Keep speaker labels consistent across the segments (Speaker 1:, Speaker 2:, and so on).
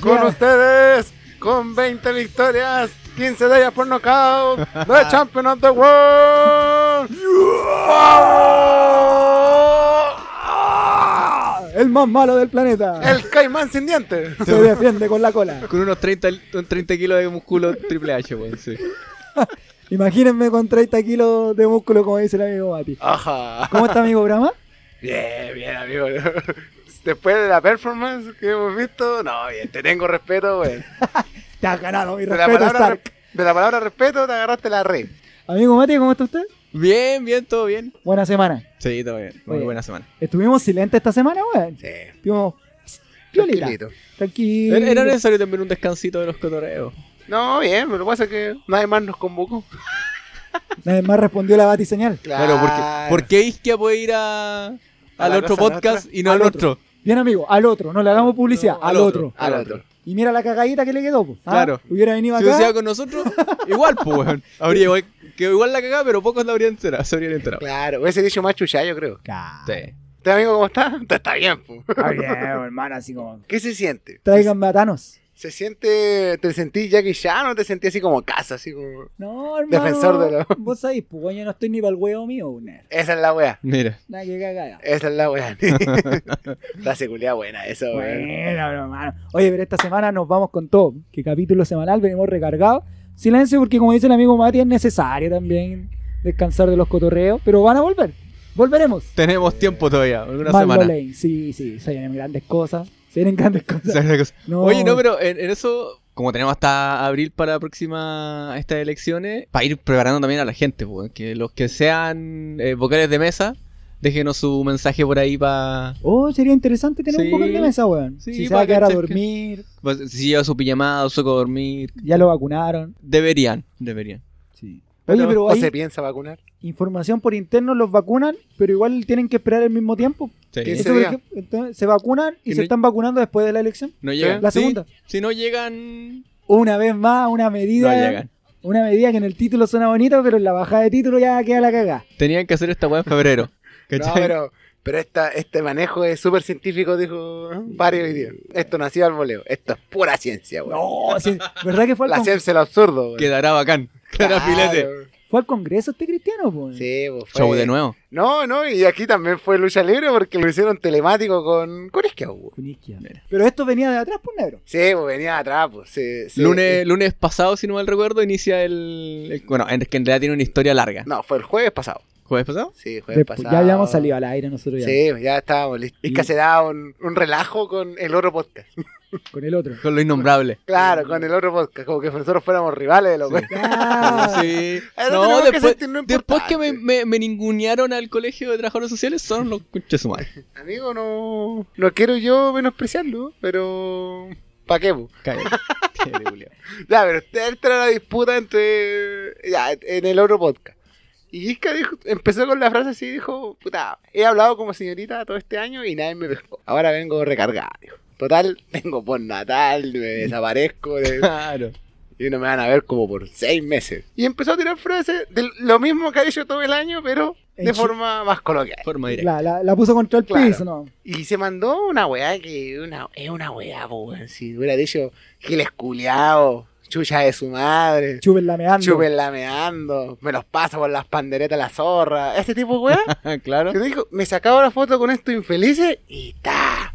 Speaker 1: Con ustedes, con 20 victorias, 15 de ellas por knockout, the champion of the world.
Speaker 2: El más malo del planeta.
Speaker 1: El caimán sin dientes.
Speaker 2: Se defiende con la cola.
Speaker 3: Con unos 30, un 30 kilos de músculo Triple H, weón. Sí.
Speaker 2: Imagínense con 30 kilos de músculo, como dice el amigo Mati.
Speaker 1: Ajá.
Speaker 2: ¿Cómo está, amigo Brahma?
Speaker 1: Bien, bien, amigo. Después de la performance que hemos visto, no, bien, te tengo respeto, weón.
Speaker 2: Te has ganado mi
Speaker 1: De la
Speaker 2: respeto,
Speaker 1: palabra,
Speaker 2: Stark.
Speaker 1: re- de la palabra respeto te agarraste la red.
Speaker 2: Amigo Mati, ¿cómo está usted?
Speaker 3: Bien, bien, todo bien.
Speaker 2: Buena semana.
Speaker 3: Sí, todo bien. Muy
Speaker 2: Oye.
Speaker 3: buena semana.
Speaker 2: Estuvimos silentes esta semana, weón.
Speaker 1: Sí.
Speaker 2: Estuvimos piolita.
Speaker 1: tranquilito.
Speaker 2: Tranquilo.
Speaker 3: Era era necesario también un descansito de los cotoreos.
Speaker 1: No, bien, pero lo que pasa es que nadie más nos convocó.
Speaker 2: Nadie más respondió la batiseñal.
Speaker 3: Claro, porque ¿por qué Isquia puede ir a, al
Speaker 1: la casa
Speaker 3: otro
Speaker 1: de
Speaker 3: podcast y no
Speaker 2: Al
Speaker 3: al
Speaker 2: otro.
Speaker 3: otro?
Speaker 2: Bien, amigo, al otro. No le hagamos publicidad.
Speaker 3: No,
Speaker 2: al
Speaker 3: al
Speaker 2: otro.
Speaker 3: otro.
Speaker 1: Al otro.
Speaker 2: Y mira la cagadita que le quedó, po. ¿Ah?
Speaker 3: Claro.
Speaker 2: Hubiera venido
Speaker 3: Si
Speaker 2: acá.
Speaker 3: hubiera con nosotros, igual, pues, weón. Habría igual, que igual la cagada, pero pocos la habrían enterado. Se habrían enterado.
Speaker 1: Claro, hubiese dicho más chucha, yo creo.
Speaker 2: Claro.
Speaker 3: Sí.
Speaker 1: ¿Usted, amigo, cómo está? Está- Está bien, po.
Speaker 2: Está bien, hermano, así como.
Speaker 1: ¿Qué se siente?
Speaker 2: Tráiganme a Thanos.
Speaker 1: ¿Se siente, te sentí ya que ya no te sentí así como casa, así como...
Speaker 2: No, hermano.
Speaker 1: Defensor de lo-
Speaker 2: Vos sabés, pues, weón, yo no estoy ni para el huevo mío, weón.
Speaker 1: Esa es la wea,
Speaker 3: Mira.
Speaker 2: Nada que cagada.
Speaker 1: esa es la wea. la seguridad buena, eso, weón.
Speaker 2: Bueno, hermano. Oye, pero esta semana nos vamos con todo. Que capítulo semanal venimos recargados. Silencio, porque como dice el amigo Mati, es necesario también descansar de los cotorreos. Pero van a volver. Volveremos.
Speaker 3: Tenemos tiempo todavía, una
Speaker 2: Malo
Speaker 3: semana.
Speaker 2: Lane. Sí, sí, se vienen grandes cosas. Se vienen grandes
Speaker 3: O
Speaker 2: cosas.
Speaker 3: sea, una cosa-
Speaker 2: No.
Speaker 3: Oye, no, pero en, en eso, como tenemos hasta abril para la próxima estas elecciones, para ir preparando también a la gente, pues, que los que sean eh, vocales de mesa, déjenos su mensaje por ahí para
Speaker 2: Oh, sería interesante tener un
Speaker 3: Sí.
Speaker 2: poco de mesa, weón.
Speaker 3: Sí,
Speaker 2: si se
Speaker 3: para
Speaker 2: va a quedar a
Speaker 3: que-
Speaker 2: dormir,
Speaker 3: si lleva su pijamada, su saco de dormir.
Speaker 2: ya lo vacunaron.
Speaker 3: Deberían, deberían.
Speaker 2: Sí. Oye,
Speaker 1: Pero,
Speaker 2: pero
Speaker 1: ¿O
Speaker 2: hay
Speaker 1: se piensa vacunar?
Speaker 2: información por interno, los vacunan, pero igual tienen que esperar el mismo tiempo.
Speaker 1: ¿Qué
Speaker 3: Sí.
Speaker 2: Eso, por
Speaker 1: sería?
Speaker 2: ejemplo, entonces, se vacunan y
Speaker 3: Que
Speaker 2: se
Speaker 3: no-
Speaker 2: están vacunando después de la elección.
Speaker 3: No llegan.
Speaker 2: La
Speaker 3: Sí,
Speaker 2: segunda.
Speaker 3: Si no llegan,
Speaker 2: Una vez más, una
Speaker 3: no
Speaker 2: medida.
Speaker 3: llegan.
Speaker 2: una medida que en el título suena bonito, pero en la bajada de título ya queda la cagada.
Speaker 3: Tenían que hacer esta weá en febrero.
Speaker 1: No,
Speaker 3: ¿cachai?
Speaker 1: pero, pero esta, este manejo es súper científico, dijo varios hoy día. Esto nació al voleo, esto es pura ciencia, weón.
Speaker 2: No, sí, ¿verdad que fue al,
Speaker 1: La
Speaker 2: con-
Speaker 1: ciencia es lo absurdo, weón.
Speaker 3: Quedará bacán. Quedará filete.
Speaker 2: fue al Congreso este cristiano? pues?
Speaker 1: Sí, pues fue...
Speaker 3: Show de nuevo.
Speaker 1: No, no, y aquí también fue lucha libre porque lo hicieron telemático con, con Isquia, weón.
Speaker 2: Con izquierda.
Speaker 3: Mira.
Speaker 2: Pero esto venía de atrás, pues negro.
Speaker 1: Sí, pues venía atrás, pues. sí, sí.
Speaker 3: Lunes, lunes pasado, si no mal recuerdo, inicia el. el- bueno, en, que en realidad tiene una historia larga.
Speaker 1: No, fue el jueves pasado.
Speaker 3: ¿Jueves pasado?
Speaker 1: Sí, jueves
Speaker 2: Después-
Speaker 1: pasado.
Speaker 2: ya habíamos salido al aire nosotros ya.
Speaker 1: Sí, pues, ya estábamos listos. Y que
Speaker 2: Y-
Speaker 1: se da un, un relajo con el otro podcast.
Speaker 2: Con el otro.
Speaker 3: Con lo innombrable.
Speaker 1: Claro, con el otro podcast. Como que nosotros fuéramos rivales de los güeyes.
Speaker 2: Ah,
Speaker 3: Sí.
Speaker 1: Ahora
Speaker 3: No,
Speaker 1: tenemos que este,
Speaker 3: después,
Speaker 1: sentirnos
Speaker 3: después que me,
Speaker 1: importantes.
Speaker 3: me, me ningunearon al colegio de trabajadores sociales, son los conches humanos.
Speaker 1: Amigo, no, no quiero yo menospreciarlo, pero. ¿Para qué? po?
Speaker 3: Cállate, qué culiao.
Speaker 1: Ya, pero usted entra la disputa entre. Ya, en el otro podcast. Y Isca dijo, empezó con la frase así: dijo, puta, he hablado como señorita todo este año y nadie me pescó. Ahora vengo recargada, dijo. Total, tengo por Natal, me desaparezco. de-
Speaker 3: Claro.
Speaker 1: Y no me van a ver como por seis meses. Y empezó a tirar frases de lo mismo que ha hecho todo el año, pero de
Speaker 2: En chi-
Speaker 1: forma más coloquial.
Speaker 3: Forma directa.
Speaker 2: la, la- la puso contra el
Speaker 1: Claro.
Speaker 2: piso, ¿no?
Speaker 1: Y se mandó una weá que una, es una weá, po, weón. Si hubiera dicho giles culiao, chucha de su madre,
Speaker 2: Chupen lameando.
Speaker 1: chupen lameando, me los paso por las panderetas la zorra, este tipo de weá.
Speaker 3: claro.
Speaker 1: que dijo, me sacaba la foto con estos infelices y ta.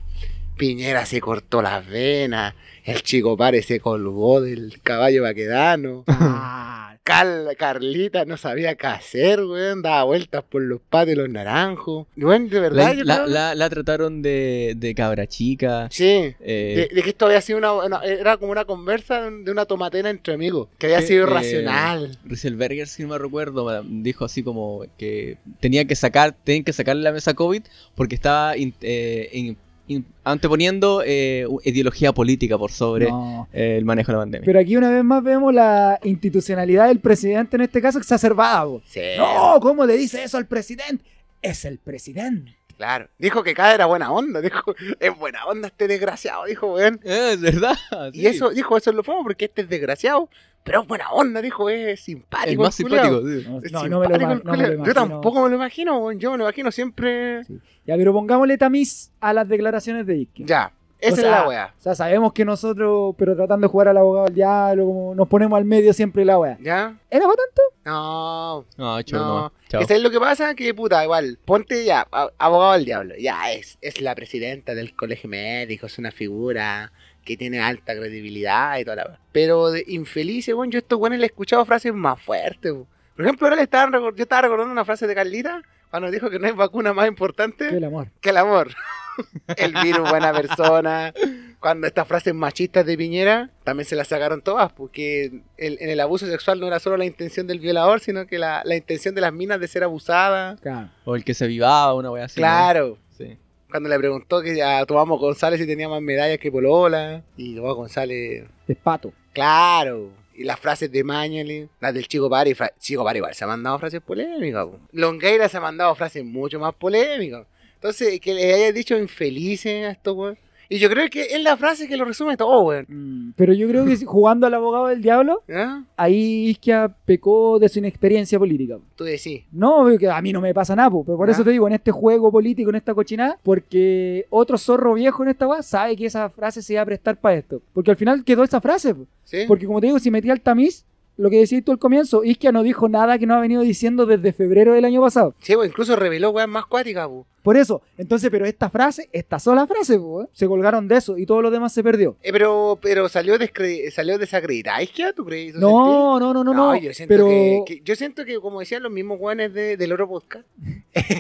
Speaker 1: Piñera se cortó las venas, el chico Pare se colgó del caballo vaquedano.
Speaker 2: Ah,
Speaker 1: Cal- Carlita no sabía qué hacer, weón. Daba vueltas por los patios de los naranjos. Weón, de verdad,
Speaker 3: La,
Speaker 1: yo
Speaker 3: la-
Speaker 1: creo-
Speaker 3: la- la trataron de, de cabra chica.
Speaker 1: Sí.
Speaker 3: eh,
Speaker 1: De, de que esto había sido una, una- Era como una conversa de un- de una tomatera entre amigos. Que había
Speaker 3: Sí,
Speaker 1: sido
Speaker 3: eh,
Speaker 1: irracional.
Speaker 3: Rieselberger, si no me recuerdo, ma- dijo así como que tenía que sacar, tenían que sacarle la mesa COVID porque estaba in- eh, in- in- anteponiendo eh, u- ideología política por sobre
Speaker 2: no.
Speaker 3: eh, el manejo de la pandemia.
Speaker 2: Pero aquí una vez más vemos la institucionalidad del presidente en este caso exacerbada, po.
Speaker 1: Sí.
Speaker 2: No, ¿cómo le dice eso al presidente? Es el presidente.
Speaker 1: Claro. Dijo que cada era buena onda. Dijo, es buena onda este desgraciado. Dijo, weón.
Speaker 3: Eh, es verdad.
Speaker 1: Y
Speaker 3: sí.
Speaker 1: eso, dijo, eso es lo pongo porque este es desgraciado. Pero es buena onda, dijo, es simpático.
Speaker 3: el más
Speaker 1: el culiao.
Speaker 3: simpático. sí.
Speaker 2: No,
Speaker 1: Es
Speaker 2: no, no me lo,
Speaker 1: simpático
Speaker 2: ima-
Speaker 1: el
Speaker 2: no me lo
Speaker 1: culiao.
Speaker 2: imagino.
Speaker 1: Yo tampoco me lo imagino, weón. Yo me lo imagino siempre.
Speaker 2: Ya, pero pongámosle tamiz a las declaraciones de Isquia.
Speaker 1: Ya. Esa
Speaker 2: O
Speaker 1: es
Speaker 2: sea,
Speaker 1: la weá.
Speaker 2: O sea, sabemos que nosotros, pero tratando de jugar al abogado al diablo, como nos ponemos al medio siempre la weá.
Speaker 1: ¿Ya?
Speaker 2: ¿Era para tanto?
Speaker 1: No.
Speaker 3: No, chao,
Speaker 1: No,
Speaker 3: no. Chao.
Speaker 1: Ese es lo que pasa, que puta, igual, ponte ya, a- abogado al diablo, ya es, es la presidenta del colegio médico, es una figura que tiene alta credibilidad y toda la... Pero de infeliz, según yo, estos buenos le he escuchado frases más fuertes. po. Por ejemplo, ahora le estaban, recor- yo estaba recordando una frase de Carlita, cuando dijo que no hay vacuna más importante
Speaker 2: Que el amor.
Speaker 1: que el amor. El virus, buena persona. Cuando estas frases machistas de Piñera también se las sacaron todas, porque el- en el abuso sexual no era solo la intención del violador, sino que la, la intención de las minas de ser abusadas.
Speaker 2: Claro.
Speaker 3: O el que se vivaba, una wea así. ¿no?
Speaker 1: claro.
Speaker 3: Sí.
Speaker 1: Cuando le preguntó que a Tomás González si tenía más medallas que Polola. Y Tomás González,
Speaker 2: Es pato.
Speaker 1: claro. Y las frases de Mañale, las del Chico Pari. fra- Chico Pari igual se ha mandado frases polémicas. po. Longueira se ha mandado frases mucho más polémicas. Entonces, que le hayas dicho infelices a estos weón. Y yo creo que es la frase que lo resume todo, weón.
Speaker 2: Mm, Pero yo creo que si- jugando al abogado del diablo,
Speaker 1: ¿Ah?
Speaker 2: ahí Isquia pecó de su inexperiencia política.
Speaker 1: Tú decís.
Speaker 2: No, porque a mí no me pasa nada, po, pero por
Speaker 1: Ya.
Speaker 2: eso te digo, en este juego político, en esta cochinada, porque otro zorro viejo en esta weá sabe que esa frase se iba a prestar para esto. Porque al final quedó esa frase. po.
Speaker 1: ¿Sí?
Speaker 2: Porque como te digo, si metía el tamiz, lo que decías tú al comienzo, Isquia no dijo nada que no ha venido diciendo desde febrero del año pasado.
Speaker 1: Sí, weón, incluso reveló weón más cuáticas, po.
Speaker 2: Por eso, entonces, pero esta frase, esta sola frase, po, eh, se colgaron de eso y todo lo demás se perdió.
Speaker 1: Eh, pero, pero salió, descre- salió desacreditada. ¿Es que tú crees? ¿Tú sentís?
Speaker 2: No, no, no, no, no.
Speaker 1: yo siento,
Speaker 2: pero...
Speaker 1: que, que- yo siento que, como decían los mismos guanes de, del Oro Podcast,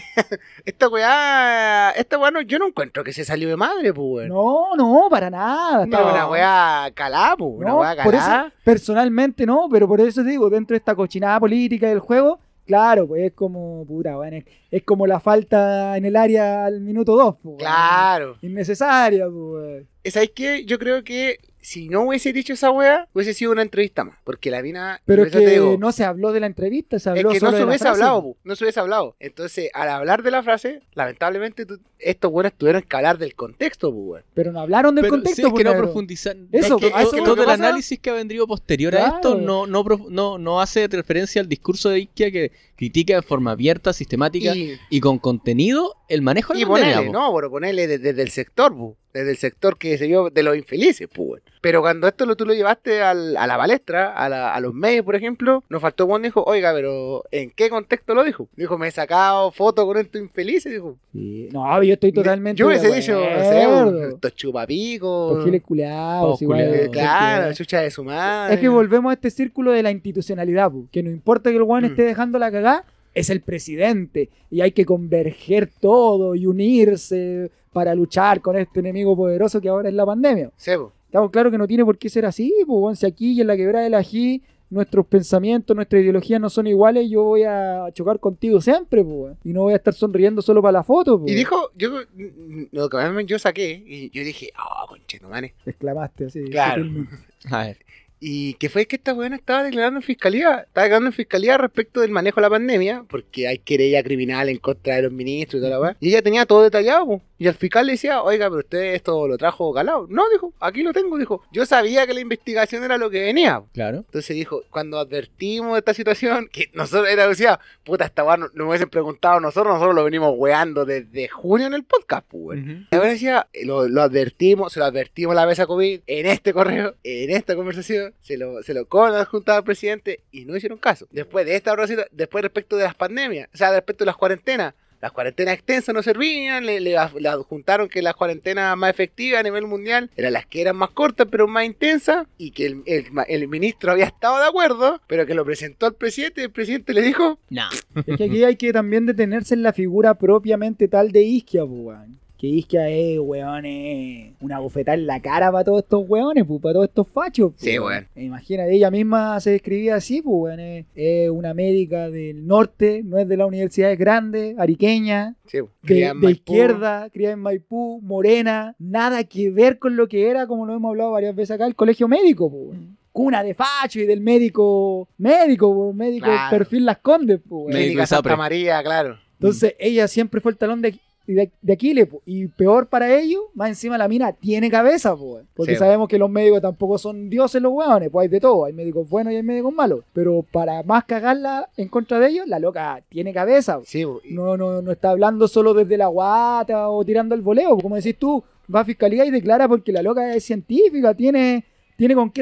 Speaker 1: esta weá, esta weá, no, yo no encuentro que se salió de madre, pues, weón.
Speaker 2: No, no, para nada.
Speaker 1: Pero
Speaker 2: estaba-
Speaker 1: una weá calada, pues, una
Speaker 2: No,
Speaker 1: weá
Speaker 2: por eso,
Speaker 1: calada.
Speaker 2: personalmente no, pero por eso te digo, dentro de esta cochinada política del juego, claro, pues es como, puta, weón, es, es como la falta en el área al minuto 2,
Speaker 1: Claro. Eh,
Speaker 2: Innecesaria, pues.
Speaker 1: ¿Sabes qué? Yo creo que si no hubiese dicho esa weá, hubiese sido una entrevista más. Porque la mina.
Speaker 2: Pero
Speaker 1: por
Speaker 2: es
Speaker 1: eso te digo,
Speaker 2: que no se habló de la entrevista,
Speaker 1: Es
Speaker 2: se habló
Speaker 1: que no
Speaker 2: solo
Speaker 1: se
Speaker 2: de la
Speaker 1: hubiese
Speaker 2: frase,
Speaker 1: hablado,
Speaker 2: po.
Speaker 1: po, no se hubiese hablado. Entonces, al hablar de la frase, lamentablemente tú- estos buenos tuvieron que hablar del contexto, pues, weón.
Speaker 2: Pero no hablaron del
Speaker 3: Pero sí,
Speaker 2: contexto,
Speaker 3: es que no
Speaker 2: po, negro.
Speaker 3: profundizan.
Speaker 2: Eso,
Speaker 1: Es que- es
Speaker 2: a eso
Speaker 1: que
Speaker 2: voy.
Speaker 1: lo
Speaker 3: todo el
Speaker 1: que pasa-
Speaker 3: análisis que ha venido posterior
Speaker 2: Claro.
Speaker 3: a esto no, no, prof- no, no hace referencia al discurso de Ikea que critica de forma abierta, sistemática y,
Speaker 1: Y-
Speaker 3: con contenido el manejo de
Speaker 1: Y
Speaker 3: la pandemia,
Speaker 1: ponele,
Speaker 3: po.
Speaker 1: no, pero ponele desde, desde el sector, pu, desde el sector que se vio de los infelices, pu, weón. Pero cuando esto lo, tú lo llevaste al- a la palestra, a, la- a los medios, por ejemplo, nos faltó cuando dijo, oiga, pero ¿en qué contexto lo dijo? Dijo, me he sacado fotos con estos infelices, dijo.
Speaker 2: Sí, No, yo estoy totalmente.
Speaker 1: Yo hubiese
Speaker 2: he
Speaker 1: dicho, no sé, pu, estos chupapicos,
Speaker 2: Cogiles culeados,
Speaker 3: Todos
Speaker 1: eh,
Speaker 2: igual.
Speaker 3: culeados.
Speaker 1: claro, chucha de su madre.
Speaker 2: Es que volvemos a este círculo de la institucionalidad, pu, que no importa que el guan
Speaker 1: Mm.
Speaker 2: esté dejando la cagá, es el presidente y hay que converger todo y unirse para luchar con este enemigo poderoso que ahora es la pandemia.
Speaker 1: Sí, pu.
Speaker 2: Estamos claros que no tiene por qué ser así, pues si aquí y en la quebrada de la G nuestros pensamientos, nuestras ideologías no son iguales, yo voy a chocar contigo siempre, pues y no voy a estar sonriendo solo para la foto, pues
Speaker 1: Y dijo, yo, mm, lo que más me- yo saqué, y yo dije, ah, conchetumare.
Speaker 2: exclamaste así.
Speaker 1: Claro.
Speaker 2: sutilmente.
Speaker 3: A ver,
Speaker 1: Y que fue que esta weona estaba declarando en fiscalía. Estaba declarando en fiscalía respecto del manejo de la pandemia, porque hay querella criminal en contra de los ministros y toda la weá. Y ella tenía todo detallado, po. Y al fiscal le decía, oiga, pero usted esto lo trajo calado. No, dijo, aquí lo tengo, dijo. Yo sabía que la investigación era lo que venía. po.
Speaker 3: claro.
Speaker 1: Entonces dijo, cuando advertimos de esta situación, que nosotros era decía, puta, esta weá no, no hubiesen preguntado a nosotros, nosotros lo venimos weando desde junio en el podcast, pues. weón.
Speaker 3: Ujú.
Speaker 1: La verdad decía, lo, lo advertimos, se lo advertimos la vez a COVID, en este correo, en esta conversación, se lo, se lo con la Junta al presidente y no hicieron caso. Después de esta bracita, después respecto de las pandemias, o sea, respecto de las cuarentenas, las cuarentenas extensas no servían, le, le a- le adjuntaron que las cuarentenas más efectivas a nivel mundial eran las que eran más cortas pero más intensas y que el, el ma- el ministro había estado de acuerdo, pero que lo presentó al presidente y el presidente le dijo,
Speaker 3: Nah.
Speaker 2: Es que aquí hay que también detenerse en la figura propiamente tal de Isquia, pues, weón. Que Isquia es, weón, es una bofetada en la cara para todos estos weones, pues, para todos estos fachos. pues,
Speaker 1: Sí, weón.
Speaker 2: Imagina, ella misma se describía así, pues, weón. Es, es una médica del norte, no es de la universidad, es grande, ariqueña,
Speaker 1: sí,
Speaker 2: de,
Speaker 1: crian
Speaker 2: de
Speaker 1: Maipú.
Speaker 2: izquierda, criada en Maipú, morena, nada que ver con lo que era, como lo hemos hablado varias veces acá, el colegio médico, pues, weón. Cuna de facho y del médico, médico, pues, médico,
Speaker 1: Claro.
Speaker 2: perfil las condes, pues, weón.
Speaker 3: Médico
Speaker 1: Clínica
Speaker 3: y
Speaker 1: Santa
Speaker 3: Sapre.
Speaker 1: María, claro.
Speaker 2: Entonces ella siempre fue el talón de, de, de Aquiles. po. Y peor para ellos, más encima la mina tiene cabeza, po, weón. porque
Speaker 1: Sí,
Speaker 2: sabemos que los médicos tampoco son dioses los hueones, pues hay de todo, hay médicos buenos y hay médicos malos. Pero para más cagarla en contra de ellos, la loca tiene cabeza. po.
Speaker 1: Sí, y-
Speaker 2: No, no, no está hablando solo desde la guata o tirando el voleo, como decís tú. va a fiscalía y declara porque la loca es científica, tiene, tiene con qué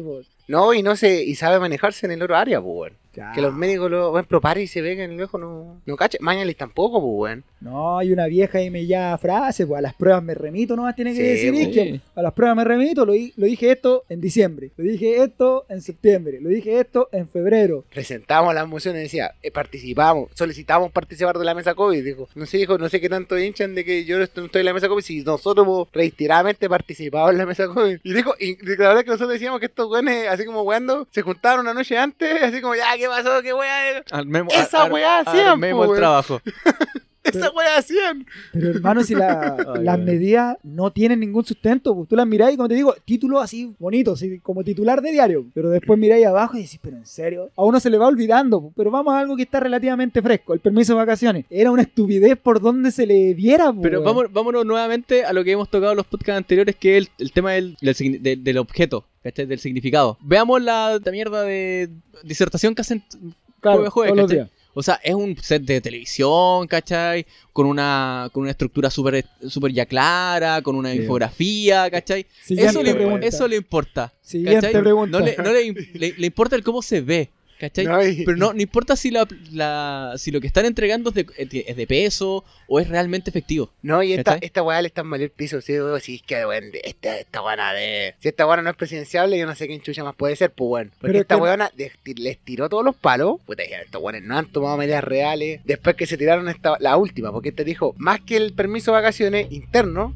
Speaker 1: Sí,
Speaker 2: po.
Speaker 1: No, y no se, y sabe manejarse en el otro área, pues, weón.
Speaker 2: Ya.
Speaker 1: Que los médicos lo ven propar y se ve que en el ojo no, no cacha. Mañalis tampoco, pues, weón.
Speaker 2: No, hay una vieja y me ya frase, pues a las pruebas me remito, nomás tiene que
Speaker 1: Sí,
Speaker 2: decir
Speaker 1: po.
Speaker 3: pues.
Speaker 2: Isquion. A las pruebas me remito, lo, di- lo dije esto en diciembre, lo dije esto en septiembre, lo dije esto en febrero.
Speaker 1: Presentamos las mociones y decía, eh, participamos, solicitamos participar de la mesa COVID. Dijo, no sé, dijo, no sé qué tanto hinchan de que yo no estoy no estoy en la mesa COVID si nosotros pues, reiteradamente participamos en la mesa COVID. Y dijo, y la verdad es que nosotros decíamos que estos weones, así como weando, se juntaron una noche antes, así como, ya, ¿qué pasó? ¿Qué weá?
Speaker 3: Armemos-
Speaker 1: Esa
Speaker 3: ar-
Speaker 1: weá
Speaker 3: ar-
Speaker 1: hacían, po,
Speaker 3: armemos el
Speaker 1: weón.
Speaker 3: trabajo.
Speaker 1: Esa weá hacían.
Speaker 2: Pero hermano, si la-
Speaker 3: Ay,
Speaker 2: las
Speaker 3: ay.
Speaker 2: medidas no tienen ningún sustento, pues tú las mirás y como te digo, título así bonito, así como titular de diario. Pero después miráis abajo y decís, pero en serio, a uno se le va olvidando, pues, pero vamos a algo que está relativamente fresco, el permiso de vacaciones. Era una estupidez por donde se le viera, pues,
Speaker 3: Pero
Speaker 2: weón.
Speaker 3: vámonos, vámonos nuevamente a lo que hemos tocado en los podcasts anteriores, que es el, el tema del, del signi- del- del objeto, ¿cachai? del significado. Veamos la, la mierda de disertación que hacen.
Speaker 2: Claro,
Speaker 3: jueves, jueves,
Speaker 2: todos los
Speaker 3: ¿cachai?
Speaker 2: días.
Speaker 3: O sea, es un set de televisión, ¿cachai? Con una, con una estructura súper super ya clara, con una
Speaker 2: Sí.
Speaker 3: infografía, ¿cachai?
Speaker 2: Siguiente
Speaker 3: Eso le,
Speaker 2: pregunta.
Speaker 3: eso le importa.
Speaker 2: Siguiente
Speaker 3: ¿cachai?
Speaker 2: pregunta.
Speaker 3: No, le, no le im- le- le importa el cómo se ve, ¿cachai?
Speaker 1: No, y-
Speaker 3: Pero no, no importa si la, la- si lo que están entregando es de, es de peso o es realmente efectivo.
Speaker 1: No, y esta,
Speaker 3: ¿Cachai?
Speaker 1: esta weá le están mal el piso. Si, si es que weón, de- esta, esta weá de. Si esta weá no es presidenciable, yo no sé quién chucha más puede ser, pues bueno. Porque
Speaker 2: Pero
Speaker 1: esta
Speaker 2: que-
Speaker 1: weona de- ti- les tiró todos los palos. Puta, dijeron, estos weones no han tomado medidas reales. Después que se tiraron esta, la última, porque te dijo, más que el permiso de vacaciones interno,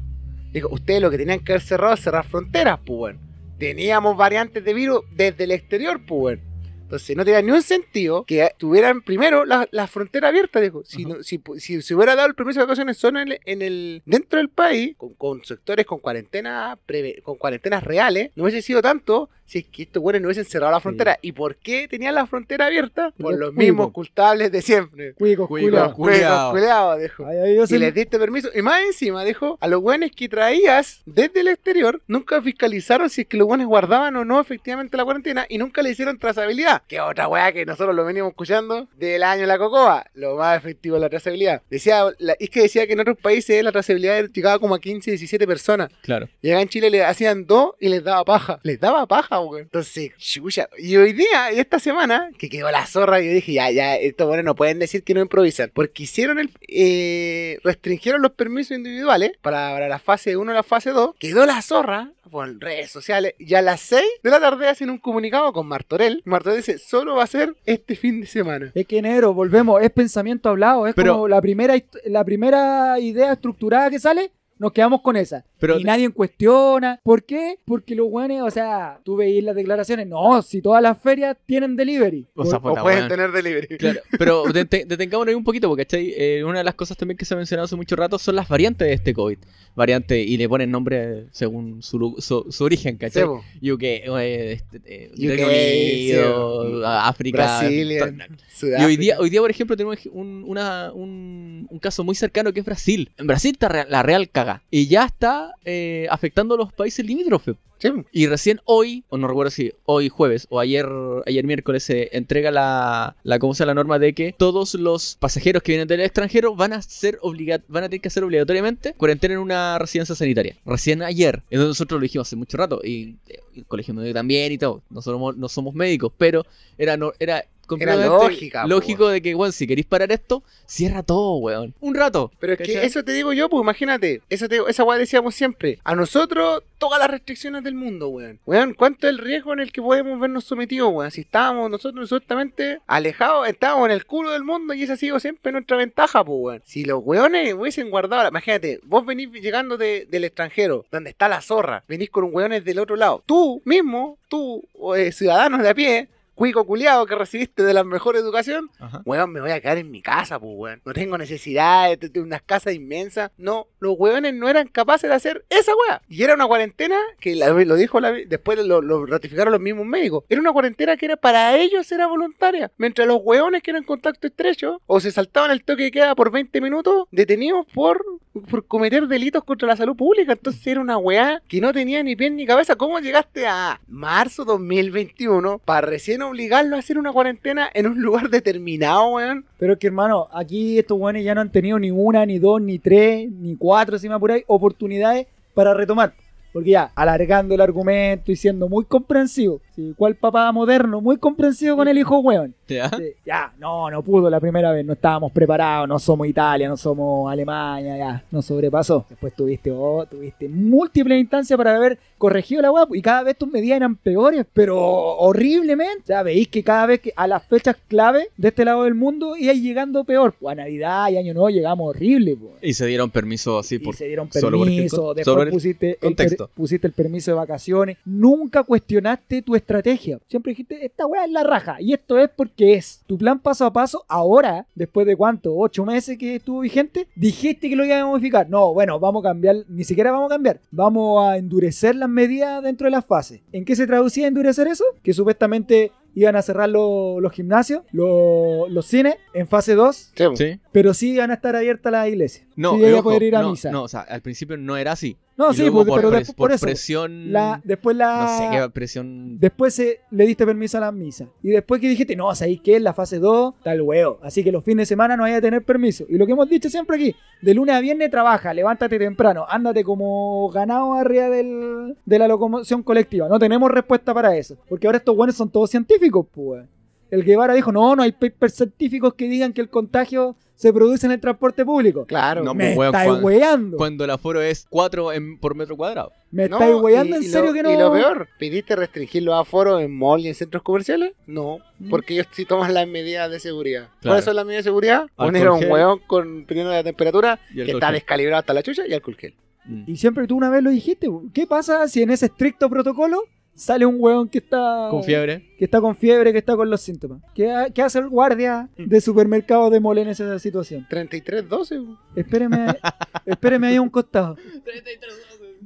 Speaker 1: dijo, ustedes lo que tenían que haber cerrado es cerrar fronteras, pues bueno. Teníamos variantes de virus desde el exterior, pues bueno. Entonces no tenía ni un sentido que tuvieran primero la, la frontera abierta, dijo. Si,
Speaker 3: Ajá.
Speaker 1: no- si, pu- si se hubiera dado el permiso de vacaciones solo en el, en el- dentro del país, con, con sectores con cuarentena preve- con cuarentenas reales, no hubiese sido tanto si es que estos buenos no hubiesen cerrado la frontera. ¿Y por qué tenían la frontera abierta? Por
Speaker 2: Por los
Speaker 1: los mismos
Speaker 2: cuicos.
Speaker 1: culpables de siempre.
Speaker 2: Cuico,
Speaker 3: Cuico,
Speaker 2: culiao.
Speaker 3: cu- Culeados.
Speaker 1: Cuicos, culeados, dijo.
Speaker 2: Ay, ay, yo
Speaker 1: Y
Speaker 2: soy-
Speaker 1: les diste permiso. Y más encima, dijo, a los buenos que traías desde el exterior, nunca fiscalizaron si es que los buenos guardaban o no efectivamente la cuarentena y nunca le hicieron trazabilidad. Que otra weá que nosotros lo veníamos escuchando del año de la cocoa. Lo más efectivo es la trazabilidad. Decía, la- es que decía que en otros países la trazabilidad llegaba como a 15, 17 personas.
Speaker 3: Claro.
Speaker 1: Y acá en Chile le hacían dos y les daba paja. Les daba paja, weón. Entonces, chucha. Y hoy día, y esta semana, que quedó la zorra, yo dije, ya, ya, estos bueno no pueden decir que no improvisan. Porque hicieron el. eh, restringieron los permisos individuales para, para la fase 1 y la fase 2. Quedó la zorra por redes sociales. Y a las 6 de la tarde hacen un comunicado con Martorell. Martorell dice, solo va a ser este fin de semana.
Speaker 2: Es que enero, volvemos, es pensamiento hablado, es
Speaker 3: Pero-
Speaker 2: como la primera, hist- la primera idea estructurada que sale, nos quedamos con esa.
Speaker 3: Pero
Speaker 2: y nadie cuestiona. ¿Por qué? Porque los guanes, o sea, tú veis las declaraciones, no, si todas las ferias tienen delivery.
Speaker 3: O sea,
Speaker 1: O
Speaker 3: puta,
Speaker 1: pueden
Speaker 3: weón.
Speaker 1: tener delivery.
Speaker 3: Claro, pero dete- detengámonos ahí un poquito, porque ¿cachai? Eh, una de las cosas también que se ha mencionado hace mucho rato son las variantes de este COVID. Variante, y le ponen nombre según su, lu- su, su origen, ¿cachai?
Speaker 1: Sebo.
Speaker 3: UK, eh, este, eh,
Speaker 1: UK,
Speaker 3: Reino Unido,
Speaker 1: sí.
Speaker 3: a- África.
Speaker 1: Brasilia,
Speaker 3: to-
Speaker 1: Sudáfrica.
Speaker 3: Y hoy día, hoy día, por ejemplo, tenemos un, una- un, un caso muy cercano que es Brasil. En Brasil está re- la real caga. Y ya está eh, afectando a los países limítrofes.
Speaker 1: Sebo.
Speaker 3: Y recién hoy, o no recuerdo si hoy jueves o ayer ayer miércoles se entrega la, la ¿cómo se llama? la norma de que todos los pasajeros que vienen del extranjero van a ser obliga- van a tener que hacer obligatoriamente cuarentena en una residencia sanitaria. Recién ayer, entonces nosotros lo dijimos hace mucho rato y, y el colegio médico también y todo. Nosotros mo- no somos médicos, pero era no, era completamente
Speaker 1: lógica, po,
Speaker 3: lógico de que, bueno, si queréis parar esto, cierra todo, weón. Un rato.
Speaker 1: Pero es que
Speaker 3: ¿cachai?
Speaker 1: eso te digo yo, pues imagínate, eso te digo- esa weá decíamos siempre. A nosotros, todas las restricciones del mundo, weón. Weón, ¿cuánto es el riesgo en el que podemos vernos sometidos, weón? Si estábamos nosotros absolutamente alejados, estábamos en el culo del mundo y esa ha sido siempre nuestra ventaja, pues, weón. Si los weones hubiesen guardado, la- imagínate, vos venís llegando de- del extranjero, donde está la zorra, venís con un weones del otro lado. Tú mismo, tú, eh, ciudadanos de a pie, cuico culiado que recibiste de la mejor educación,
Speaker 3: Ajá.
Speaker 1: Weón, me voy a quedar en mi casa, pues, weón. No tengo necesidad de, de unas casas inmensas. No, los weones no eran capaces de hacer esa weá. Y era una cuarentena que la- lo dijo, la, después lo, lo ratificaron los mismos médicos. Era una cuarentena que era para ellos era voluntaria. Mientras los weones que eran contacto estrecho o se saltaban el toque de queda por 20 minutos, detenidos por, por cometer delitos contra la salud pública. Entonces era una weá que no tenía ni pie ni cabeza. ¿Cómo llegaste a marzo 2021 para recién obligarlo a hacer una cuarentena en un lugar determinado, weón?
Speaker 2: Pero es que, hermano, aquí estos buenos ya no han tenido ni una, ni dos, ni tres, ni cuatro, si me apuráis, oportunidades para retomar. Porque ya, alargando el argumento y siendo muy comprensivo, ¿sí? ¿cuál papá moderno? Muy comprensivo con el hijo weón.
Speaker 3: ¿Ya?
Speaker 2: Sí, ya, no, no pudo la primera vez, no estábamos preparados, no somos Italia, no somos Alemania, ya, nos sobrepasó. Después tuviste, oh, tuviste múltiples instancias para haber corregido la web y cada vez tus medidas eran peores, pero horriblemente. Ya veis que cada vez que a las fechas clave de este lado del mundo iba llegando peor. Pues a Navidad y Año Nuevo llegamos horrible, pues.
Speaker 3: Y se dieron permiso así
Speaker 2: Y
Speaker 3: por...
Speaker 2: se dieron
Speaker 3: solo por el
Speaker 2: permiso,
Speaker 3: con-
Speaker 2: después
Speaker 3: solo por el
Speaker 2: pusiste, el per-
Speaker 3: contexto.
Speaker 2: pusiste el permiso de vacaciones. Nunca cuestionaste tu estrategia. Siempre dijiste, esta weá es la raja. Y esto es porque es tu plan paso a paso. Ahora, después de cuánto, ocho meses que estuvo vigente, dijiste que lo iba a modificar. No, bueno, vamos a cambiar, ni siquiera vamos a cambiar. Vamos a endurecer las medidas dentro de las fases. ¿En qué se traducía endurecer eso? Que supuestamente iban a cerrar lo- los gimnasios, lo- los cines en fase 2,
Speaker 1: Sí, po.
Speaker 3: ¿Sí?
Speaker 2: pero sí iban a estar abiertas las iglesias.
Speaker 3: No,
Speaker 2: sí,
Speaker 3: eh,
Speaker 2: iba a
Speaker 3: ojo,
Speaker 2: poder ir a
Speaker 3: no,
Speaker 2: misa.
Speaker 3: no, o sea, al principio no era así.
Speaker 2: No,
Speaker 3: Y
Speaker 2: sí,
Speaker 3: luego
Speaker 2: pues,
Speaker 3: por,
Speaker 2: pero
Speaker 3: pres-
Speaker 2: después
Speaker 3: por
Speaker 2: por eso.
Speaker 3: presión...
Speaker 2: La, después la.
Speaker 3: No sé qué presión...
Speaker 2: Después se, le diste permiso a las misas. Y después que dijiste, no, ¿sabéis qué? En la fase 2, tal huevo. Así que los fines de semana no hay que tener permiso. Y lo que hemos dicho siempre aquí, de lunes a viernes trabaja, levántate temprano, ándate como ganado arriba del, de la locomoción colectiva. No tenemos respuesta para eso. Porque ahora estos buenos son todos científicos, pues. El Guevara dijo, no, no hay papers científicos que digan que el contagio se produce en el transporte público.
Speaker 1: Claro.
Speaker 3: No,
Speaker 2: Me
Speaker 3: pues, weón,
Speaker 2: estáis
Speaker 3: cuan-
Speaker 2: weando.
Speaker 3: Cuando el aforo es 4 por metro cuadrado.
Speaker 2: Me
Speaker 1: No,
Speaker 2: estáis weando,
Speaker 1: y-
Speaker 2: en
Speaker 1: y
Speaker 2: serio
Speaker 1: lo-
Speaker 2: que no.
Speaker 1: Y lo peor, ¿pidiste restringir los aforos en mall y en centros comerciales? No, porque ellos sí toman las medidas de seguridad.
Speaker 3: Claro.
Speaker 1: ¿Cuáles son las medidas de seguridad?
Speaker 3: Alcohol
Speaker 1: Poner a un
Speaker 3: gel.
Speaker 1: hueón con dependiendo de la temperatura
Speaker 3: Y
Speaker 1: que
Speaker 3: alcohol
Speaker 1: está
Speaker 3: gel.
Speaker 1: descalibrado hasta la chucha y alcohol gel.
Speaker 3: Mm.
Speaker 2: Y siempre tú una vez lo dijiste, bu. ¿qué pasa si en ese estricto protocolo sale un hueón que está
Speaker 3: Con fiebre.
Speaker 2: que está con fiebre, que está con los síntomas? ¿Qué, ha- qué hace el guardia
Speaker 1: Mm.
Speaker 2: de supermercado de mole en esa situación?
Speaker 1: 3312, bu.
Speaker 2: Espéreme, espéreme ahí a un costado.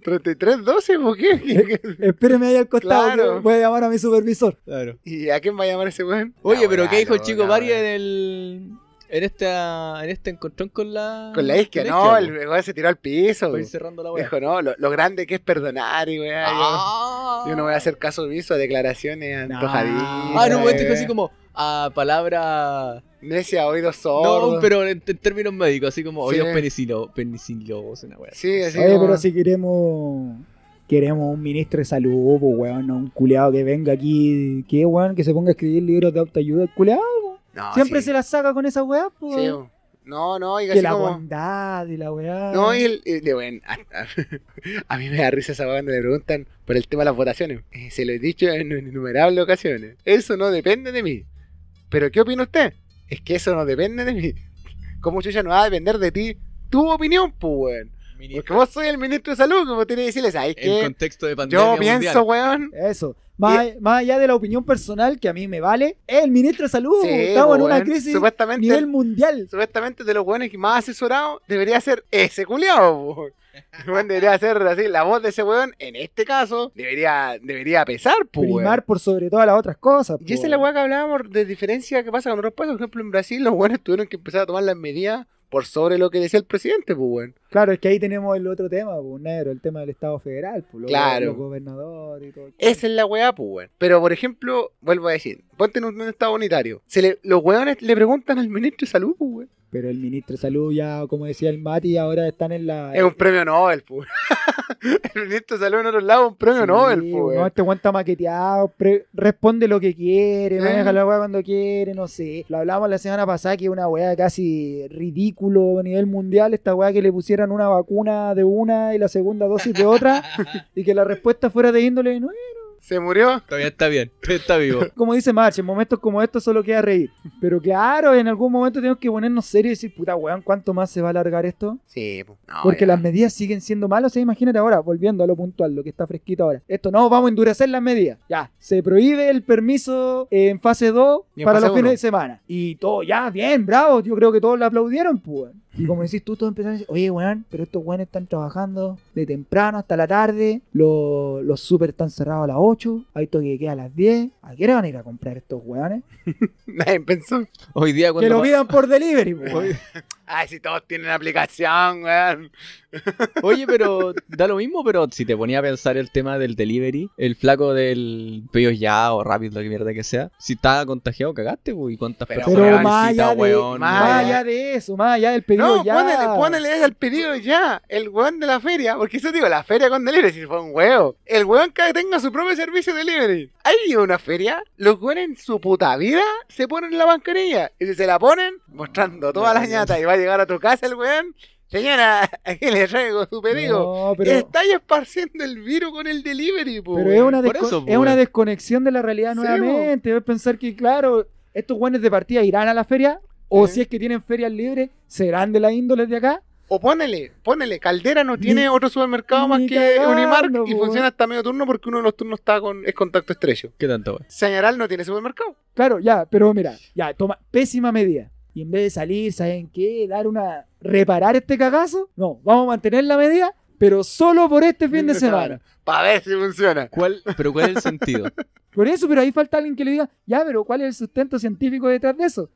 Speaker 1: 3312, ¿por qué?
Speaker 2: Espéreme ahí al costado.
Speaker 1: Claro.
Speaker 2: que Voy a llamar a mi supervisor.
Speaker 3: Claro.
Speaker 1: ¿Y a quién va a llamar ese weón?
Speaker 3: Oye,
Speaker 1: La
Speaker 3: pero
Speaker 1: weá,
Speaker 3: ¿qué dijo el
Speaker 1: no,
Speaker 3: chico
Speaker 1: la
Speaker 3: Barry
Speaker 1: weá.
Speaker 3: en el... En, esta, en este encontrón con la...
Speaker 1: Con la isquia,
Speaker 3: con
Speaker 1: no,
Speaker 3: la
Speaker 1: el weón se tiró al piso.
Speaker 3: Para ir
Speaker 1: bu.
Speaker 3: cerrando la wea.
Speaker 1: Dijo, no, lo, lo grande que es perdonar y weá. yo-
Speaker 3: Ah.
Speaker 1: Yo, no voy a hacer caso omiso a declaraciones
Speaker 2: No.
Speaker 1: antojadizas.
Speaker 3: Ah, no, un momento dijo
Speaker 1: weá.
Speaker 3: así como... A palabra...
Speaker 1: Necia, oído sordo.
Speaker 3: No, pero en, en términos médicos, así como
Speaker 1: Sí.
Speaker 3: oídos penicilo, penicilobos, una wea.
Speaker 1: Sí, así
Speaker 2: Oye,
Speaker 1: como-
Speaker 2: pero si queremos queremos un ministro de salud, pues, weón, no un culeado que venga aquí, ¿qué, weón? Que se ponga a escribir libros de autoayuda, el culeado.
Speaker 1: No,
Speaker 2: Siempre
Speaker 1: Ah, sí.
Speaker 2: se la saca con esa weá, pues.
Speaker 1: Sí, bo. no, no, y
Speaker 2: que
Speaker 1: así
Speaker 2: la
Speaker 1: como...
Speaker 2: bondad y la weá.
Speaker 1: No, y, el- y de buen- a, a- a mí me da risa esa weá cuando le preguntan por el tema de las votaciones. Eh, se lo he dicho en innumerables ocasiones. Eso no depende de mí. ¿Pero qué opina usted? Es que eso no depende de mí. ¿Cómo chucha no va a depender de ti tu opinión, pues, weón? Porque vos soy el ministro de salud, como tiene que decirles, ¿sabes
Speaker 3: En
Speaker 1: qué?
Speaker 3: contexto de pandemia
Speaker 1: Yo
Speaker 3: mundial.
Speaker 1: pienso, weón.
Speaker 2: Eso.
Speaker 1: e-
Speaker 2: Más, más allá de la opinión personal, que a mí me vale, es el ministro de salud.
Speaker 1: Sí,
Speaker 2: Uh, Estamos en
Speaker 1: po,
Speaker 2: una
Speaker 1: weón.
Speaker 2: crisis a
Speaker 1: Supuestamente,
Speaker 2: nivel mundial.
Speaker 1: supuestamente de los weones que más asesorado debería ser ese culiao. po. El weón debería ser así, la voz de ese weón, en este caso, debería, debería pesar, po, Pues, weón.
Speaker 2: Primar por sobre todas las otras cosas. po,
Speaker 1: Y esa es la
Speaker 2: weón.
Speaker 1: weá que hablábamos de diferencia que pasa con otros países. Por ejemplo, en Brasil los weones tuvieron que empezar a tomar las medidas por sobre lo que decía el presidente, pues weón.
Speaker 2: Claro, es que ahí tenemos el otro tema, po, negro, el tema del Estado federal, po, los,
Speaker 1: Claro.
Speaker 2: los gobernadores y todo.
Speaker 1: Esa es la weá, pues weón. Pero por ejemplo, vuelvo a decir, ponte en un un estado unitario. Se le- los weones le preguntan al ministro de salud, pues weón.
Speaker 2: Pero el ministro de salud ya, como decía el Mati, ahora están en la...
Speaker 1: Es un premio Nobel, pues. weón. el ministro de salud en otro lado, un premio
Speaker 2: Sí,
Speaker 1: Nobel, pues weón.
Speaker 2: No, este weón está maqueteado, pre- responde lo que quiere,
Speaker 1: Eh.
Speaker 2: maneja la weá cuando quiere, no sé. Lo hablamos la semana pasada que es una weá casi ridículo a nivel mundial, esta weá que le pusieran una vacuna de una y la segunda dosis de otra, y que la respuesta fuera de índole, no, eh,
Speaker 1: Se murió.
Speaker 3: Todavía está bien, todavía está vivo.
Speaker 2: como dice March, en momentos como estos solo queda reír. Pero claro, en algún momento tenemos que ponernos serios y decir, puta weón, ¿cuánto más se va a alargar esto?
Speaker 1: Sí, pues. No,
Speaker 2: Porque
Speaker 1: ya.
Speaker 2: las medidas siguen siendo malas. O sea, imagínate ahora, volviendo a lo puntual, lo que está fresquito ahora. Esto no, vamos a endurecer las medidas. Ya, se prohíbe el permiso en fase 2
Speaker 1: Y en
Speaker 2: para
Speaker 1: fase
Speaker 2: los fines
Speaker 1: uno.
Speaker 2: de semana. Y todo, ya, bien, bravo. Yo creo que todos lo aplaudieron, pues. Y como decís tú, todos empezaron a decir, oye, weón, pero estos weones están trabajando de temprano hasta la tarde. Los, los super están cerrados a las 8. Hay toque que queda a las 10. ¿A qué hora van a ir a comprar estos weones?
Speaker 1: Nadie pensó.
Speaker 3: Hoy día
Speaker 2: Que
Speaker 3: cuando
Speaker 2: lo
Speaker 3: pa-
Speaker 2: pidan por delivery, pues.
Speaker 3: Hoy,
Speaker 1: Ay, si todos tienen aplicación, weón.
Speaker 3: Oye, pero da lo mismo, pero si te ponía a pensar el tema del delivery, el flaco del pedido ya o rápido, la mierda que sea, si estaba contagiado, cagaste, güey. ¿Cuántas
Speaker 1: Pero,
Speaker 2: Pero
Speaker 1: weón,
Speaker 2: más, allá
Speaker 3: Cita,
Speaker 2: de,
Speaker 3: weón,
Speaker 2: más
Speaker 1: weón.
Speaker 2: allá de eso, más allá del pedido
Speaker 1: No,
Speaker 2: ya.
Speaker 1: ponele, ponele ese al pedido ya. El weón de la feria, porque eso digo, la feria con delivery, si fue un huevo. El weón que tenga su propio servicio de delivery. Hay una feria, los weones en su puta vida se ponen la bancarilla. Y si se la ponen, mostrando toda la ñata, y va a llegar a tu casa el weón. Señora, aquí le traigo su pedido.
Speaker 2: No, pero,
Speaker 1: Estáis esparciendo el virus con el delivery, po,
Speaker 2: pero es,
Speaker 1: weón.
Speaker 2: una
Speaker 3: por
Speaker 2: desco-
Speaker 3: eso,
Speaker 2: es una
Speaker 3: weón.
Speaker 2: desconexión de la realidad
Speaker 1: Sí,
Speaker 2: nuevamente. Es pensar que, claro, estos guanes de partida irán a la feria, o
Speaker 1: Sí.
Speaker 2: si es que tienen ferias libres, serán de las índoles de acá.
Speaker 1: O ponele, ponele, Caldera no
Speaker 2: Ni-
Speaker 1: tiene otro supermercado más
Speaker 2: ni
Speaker 1: que
Speaker 2: cagando,
Speaker 1: Unimark y
Speaker 2: po.
Speaker 1: funciona hasta medio turno porque uno de los turnos está con, es contacto estrecho.
Speaker 3: ¿Qué tanto, güey?
Speaker 1: Señoral no tiene supermercado.
Speaker 2: Claro, ya, pero mira, ya, toma, pésima medida. Y en vez de salir, ¿saben qué? Dar una. reparar este cagazo, no, vamos a mantener la medida, pero solo por este fin de semana.
Speaker 1: Para ver si funciona.
Speaker 3: ¿Cuál, pero cuál es el sentido?
Speaker 2: Por eso, pero ahí falta alguien que le diga, ya, pero ¿cuál es el sustento científico detrás de eso?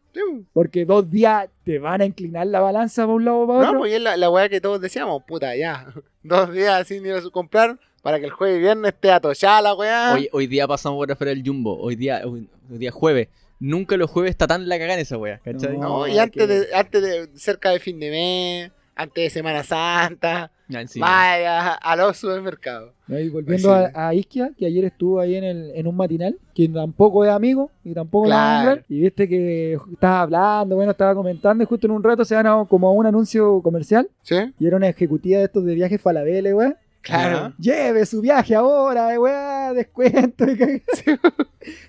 Speaker 2: Porque dos días te van a inclinar la balanza para un lado o para
Speaker 1: No,
Speaker 2: otro.
Speaker 1: pues es la, la weá que todos decíamos, puta, ya. Dos días sin ir a su comprar para que el jueves y viernes esté atollada la weá.
Speaker 3: Hoy, hoy día pasamos por afuera del Jumbo, hoy día, hoy, hoy día jueves. Nunca los jueves está tan la cagada en esa wea, ¿cachai?
Speaker 1: no,
Speaker 2: no,
Speaker 1: y antes
Speaker 2: que-
Speaker 1: de, antes de, cerca de fin de mes, antes de Semana Santa,
Speaker 3: Ya, sí.
Speaker 1: vaya a los supermercados.
Speaker 2: Y volviendo
Speaker 1: Ay, sí.
Speaker 2: a, a Isquia, que ayer estuvo ahí en, el, en un matinal, que tampoco es amigo y tampoco la van a
Speaker 1: Claro.
Speaker 2: hablar, Y viste que estaba hablando, bueno, estaba comentando y justo en un rato se van a, como a un anuncio comercial
Speaker 1: ¿Sí?
Speaker 2: y era una ejecutiva de estos de viajes Falabella, weón.
Speaker 1: Claro.
Speaker 2: Lleve su viaje ahora, eh, weón, descuento. Y cagá.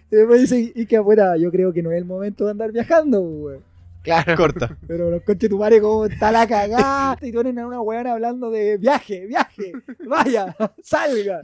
Speaker 2: Y después dice, y que afuera, yo creo que no es el momento de andar viajando, pues, weón.
Speaker 1: Claro.
Speaker 3: Corta.
Speaker 2: Pero los conches tu madre, cómo está la cagada. Y tú eres una weón hablando de viaje, viaje, vaya, salga.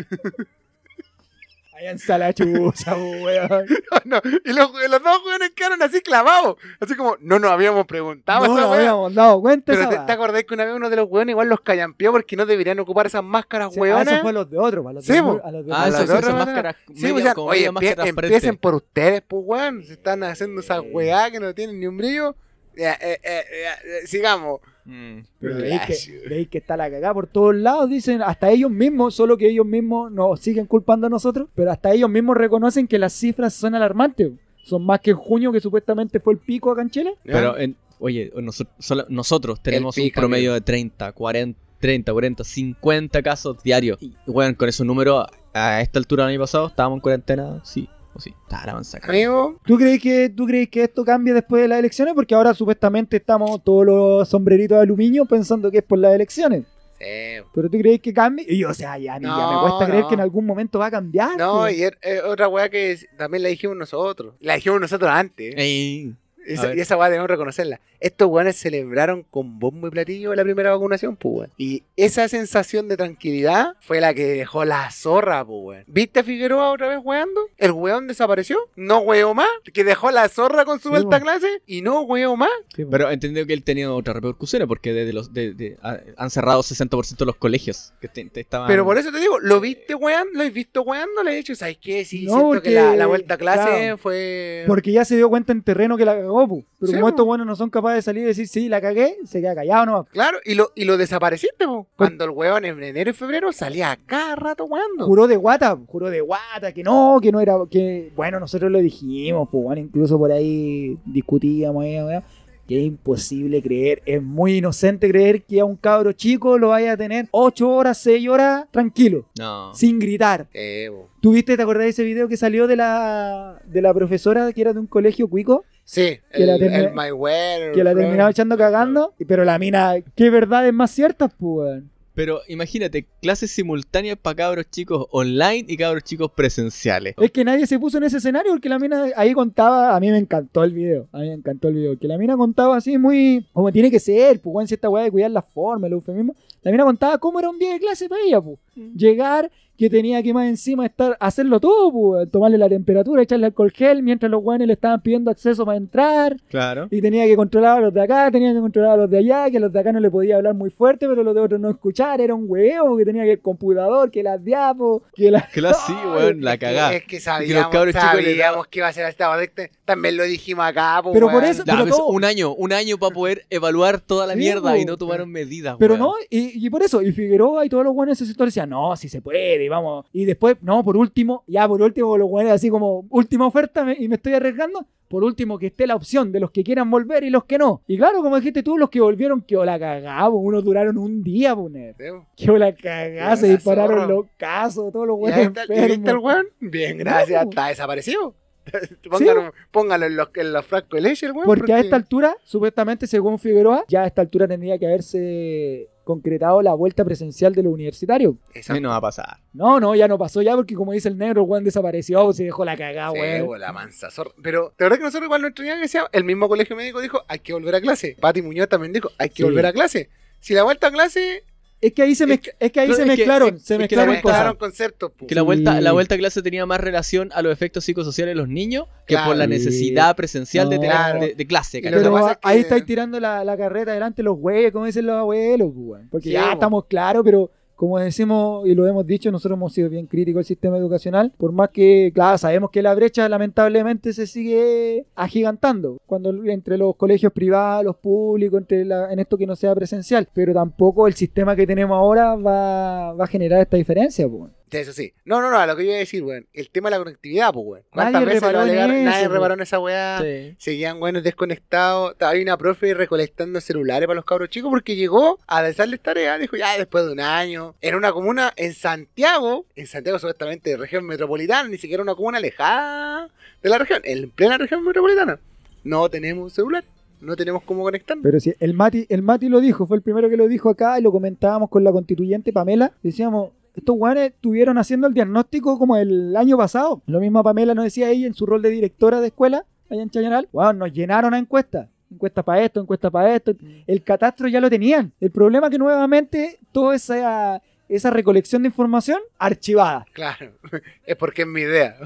Speaker 2: Allá en Salachuza, weón.
Speaker 1: No, y los, los dos weones quedaron así clavados. Así como, no nos habíamos preguntado Ah,
Speaker 2: No
Speaker 1: esa
Speaker 2: nos
Speaker 1: weá.
Speaker 2: habíamos dado cuenta.
Speaker 1: Pero
Speaker 2: esa
Speaker 1: te,
Speaker 2: weá.
Speaker 1: te acordás que una vez uno de los weones igual los callampeó porque no deberían ocupar esas máscaras
Speaker 2: Sí, ah,
Speaker 1: weonas.
Speaker 2: eso fue a los de otro, para los
Speaker 1: Sí,
Speaker 2: de
Speaker 1: po.
Speaker 2: a los de
Speaker 3: Ah,
Speaker 1: A la
Speaker 2: otro.
Speaker 3: eso sí,
Speaker 1: otra
Speaker 3: esas
Speaker 1: manera.
Speaker 3: máscaras.
Speaker 1: Sí,
Speaker 3: media-
Speaker 1: o sea,
Speaker 3: como
Speaker 1: oye,
Speaker 3: media
Speaker 1: empie-
Speaker 3: máscara transparente.
Speaker 1: empiecen por ustedes, pues, weón. Se están haciendo esa weá que no tienen ni un brillo. Ya, eh, eh, eh, eh, sigamos.
Speaker 3: Mm.
Speaker 2: Pero
Speaker 1: Pero
Speaker 2: veis
Speaker 1: ya, sí.
Speaker 2: que, veis que está la cagada por todos lados, dicen, hasta ellos mismos, solo que ellos mismos nos siguen culpando a nosotros, pero hasta ellos mismos reconocen que las cifras son alarmantes. Son más que en junio, que supuestamente fue el pico acá en Chile.
Speaker 3: Pero, en- oye, noso- solo- nosotros tenemos
Speaker 1: pica,
Speaker 3: un promedio de 30, 40, 30, 40, 50 casos diarios. Y, weón, con esos números, a esta altura del año pasado, estábamos en cuarentena, sí, o sí, está la manzaca.
Speaker 1: Amigo,
Speaker 2: ¿Tú crees, que, ¿Tú crees que esto cambia después de las elecciones? Porque ahora supuestamente estamos todos los sombreritos de aluminio pensando que es por las elecciones.
Speaker 1: sí.
Speaker 2: ¿Pero tú crees que cambie? Y yo, o sea, ya, a mí ya me
Speaker 1: No,
Speaker 2: cuesta creer
Speaker 1: no.
Speaker 2: que en algún momento va a cambiar.
Speaker 1: No,
Speaker 2: po.
Speaker 1: y er- eh, otra weá que es- también la dijimos nosotros. La dijimos nosotros antes.
Speaker 3: Ey,
Speaker 1: Esa-
Speaker 3: ver.
Speaker 1: y esa weá debemos reconocerla. Estos weones celebraron con bombo y platillo la primera vacunación, pues weón. Y esa sensación de tranquilidad fue la que dejó la zorra, pues weón. ¿Viste a Figueroa otra vez weando? El weón desapareció, no weó más, que dejó la zorra con su
Speaker 2: Sí,
Speaker 1: alta
Speaker 2: weón.
Speaker 1: clase y no weó más.
Speaker 2: Sí, po.
Speaker 3: Pero entendido que él tenía otras repercusiones, porque desde los, de- de- ha- han cerrado 60% de los colegios que te- te
Speaker 2: Ah,
Speaker 3: estaban...
Speaker 1: Pero por eso te digo, ¿lo viste weando? ¿Lo has visto weando? ¿Le he dicho? ¿Sabes qué? Sí,
Speaker 2: No,
Speaker 1: siento
Speaker 2: porque-
Speaker 1: que la, la vuelta a clase
Speaker 2: claro.
Speaker 1: fue...
Speaker 2: Porque ya se dio cuenta en terreno que la cagó, pu.
Speaker 1: eh, Sí,
Speaker 2: Pero como
Speaker 1: po.
Speaker 2: estos buenos no son capaces de salir y decir, sí, la cagué, se queda callado nomás.
Speaker 1: Claro, y lo, y lo desapareciste, po. Cuando el weón en enero y febrero salía a cada rato weando.
Speaker 2: Juró de guata, juró de guata, que no, que no era, que bueno, nosotros lo dijimos, pues bueno, incluso por ahí discutíamos, eh, weón, que es imposible creer, es muy inocente creer que a un cabro chico lo vaya a tener 8 horas, 6 horas, tranquilo,
Speaker 3: No.
Speaker 2: sin gritar.
Speaker 1: Eh, po.
Speaker 2: ¿Tuviste, te acordás de ese video que salió de la, de la profesora que era de un colegio cuico?
Speaker 1: Sí,
Speaker 2: Que
Speaker 1: el,
Speaker 2: la termina-
Speaker 1: el My Wear,
Speaker 2: Que la
Speaker 1: Flor.
Speaker 2: terminaba echando cagando, pero la mina, ¿qué verdades más ciertas, pues? weón?
Speaker 3: Pero imagínate, clases simultáneas para cabros chicos online y cabros chicos presenciales.
Speaker 2: Es que nadie se puso en ese escenario porque la mina ahí contaba, a mí me encantó el video, a mí me encantó el video, que la mina contaba así muy, como tiene que ser, pues bueno, si esta weá de cuidar la forma, el eufemismo, la mina contaba cómo era un día de clase para ella, pues, llegar, que tenía que más encima estar, hacerlo todo, pues, tomarle la temperatura, echarle alcohol gel, mientras los weones le estaban pidiendo acceso para entrar,
Speaker 3: Claro.
Speaker 2: y tenía que controlar a los de acá, tenía que controlar a los de allá, que a los de acá no le podía hablar muy fuerte, pero los de otros no escuchar, era un huevo, que tenía que el computador, que las diapos, que la...
Speaker 3: Claro, sí, weón, la
Speaker 1: Es que-
Speaker 3: cagá.
Speaker 1: Es que
Speaker 3: Y que los
Speaker 1: sabíamos,
Speaker 3: cabros chicos le
Speaker 1: sabíamos que iba a ser esta. También lo dijimos acá, po,
Speaker 2: Pero por
Speaker 1: weón.
Speaker 2: eso-
Speaker 3: Ya,
Speaker 2: Pero
Speaker 3: pues,
Speaker 2: todo-
Speaker 3: un año, un año para poder evaluar toda la
Speaker 2: Sí,
Speaker 3: mierda
Speaker 2: po.
Speaker 3: y no tomaron
Speaker 1: Ah,
Speaker 3: medidas.
Speaker 2: Pero
Speaker 3: weón.
Speaker 2: no, y, y por eso, y Figueroa y todos los buenos de ese sector decían, no, si se puede, y vamos. Y después, no, por último, ya por último, los buenos así como, última oferta me- y me estoy arriesgando. Por último, que esté la opción de los que quieran volver y los que no. Y claro, como dijiste tú, los que volvieron, que la cagá, po, unos duraron un día, poner.
Speaker 1: Sí, po.
Speaker 2: Que la cagá,
Speaker 1: Quedó
Speaker 2: se
Speaker 1: la
Speaker 2: dispararon
Speaker 1: zorra.
Speaker 2: los casos, todos los
Speaker 1: ¿Y ahí
Speaker 2: buenos
Speaker 1: está- y ahí está el
Speaker 2: enfermos.
Speaker 1: weón? Bien, gracias.
Speaker 2: po.
Speaker 1: Está desaparecido. Póngalo, póngalo en los, en los frascos de leche, el weón.
Speaker 2: Porque a esta altura, supuestamente, según Figueroa, ya a esta altura tendría que haberse concretado la vuelta presencial de los universitarios.
Speaker 1: Esa-
Speaker 3: Eso no va a pasar.
Speaker 2: No, no, ya no pasó ya porque como dice el negro, el weón desapareció, se dejó la cagada,
Speaker 1: Sí,
Speaker 2: weón.
Speaker 1: po, ah, la mansa zorra. Pero de verdad que nosotros igual nuestro niño que sea, el mismo colegio médico dijo, hay que volver a clase. Pati Muñoz también dijo, hay que
Speaker 2: Sí.
Speaker 1: volver a clase. Si la vuelta a clase,
Speaker 2: Es que ahí se,
Speaker 1: Es
Speaker 2: mezc-
Speaker 1: que-
Speaker 2: es que ahí
Speaker 3: pero
Speaker 2: se
Speaker 3: es que-
Speaker 2: mezclaron,
Speaker 3: es-
Speaker 2: se
Speaker 3: es que
Speaker 1: se
Speaker 2: mezclaron
Speaker 3: la vuelta-
Speaker 2: cosas.
Speaker 1: mezclaron conceptos. po.
Speaker 3: Que la vuelta,
Speaker 2: Sí.
Speaker 3: la vuelta a clase tenía más relación a los efectos psicosociales de los niños que
Speaker 1: Claro.
Speaker 3: por la necesidad presencial de, tener-
Speaker 1: Claro.
Speaker 3: de, de clase.
Speaker 1: Pero lo
Speaker 3: ¿cachai?
Speaker 1: que
Speaker 2: Pero
Speaker 1: pasa es que-
Speaker 2: ahí estáis tirando la, la carreta delante los güeyes, como dicen los abuelos, pues, weón. Porque
Speaker 1: Sí, pues.
Speaker 2: ya
Speaker 1: po.
Speaker 2: estamos claros, pero como decimos y lo hemos dicho, nosotros hemos sido bien críticos al sistema educacional, por más que, claro, sabemos que la brecha lamentablemente se sigue agigantando cuando entre los colegios privados, los públicos, entre la- en esto que no sea presencial, pero tampoco el sistema que tenemos ahora va, va a generar esta diferencia, pues, po.
Speaker 1: Sí, Eso sí. No, no, no, a lo que yo iba a decir, weón. El tema de la conectividad, pues, weón. ¿Cuántas
Speaker 2: Nadie
Speaker 1: veces lo
Speaker 2: reparó en
Speaker 1: alegaron?
Speaker 2: eso, pues.
Speaker 1: Nadie
Speaker 2: po.
Speaker 1: reparó en esa weá.
Speaker 3: Sí.
Speaker 1: Seguían buenos desconectados. Ta- Hay una profe recolectando celulares para los cabros chicos porque llegó a lanzarles tareas. Dijo, ya después de un año. En una comuna en Santiago, en Santiago supuestamente región metropolitana, ni siquiera una comuna alejada de la región, en plena región metropolitana. No tenemos celular, no tenemos cómo conectarnos.
Speaker 2: Pero si el Mati, el Mati lo dijo, fue el primero que lo dijo acá y lo comentábamos con la constituyente Pamela. Decíamos, estos guanes estuvieron haciendo el diagnóstico como el año pasado. Lo mismo Pamela nos decía ella en su rol de directora de escuela allá en Chañaral. Wow, nos llenaron a encuestas. Encuesta para esto, encuesta para esto. El catastro ya lo tenían. El problema es que nuevamente toda esa, esa recolección de información archivada.
Speaker 1: Claro, es porque es mi idea.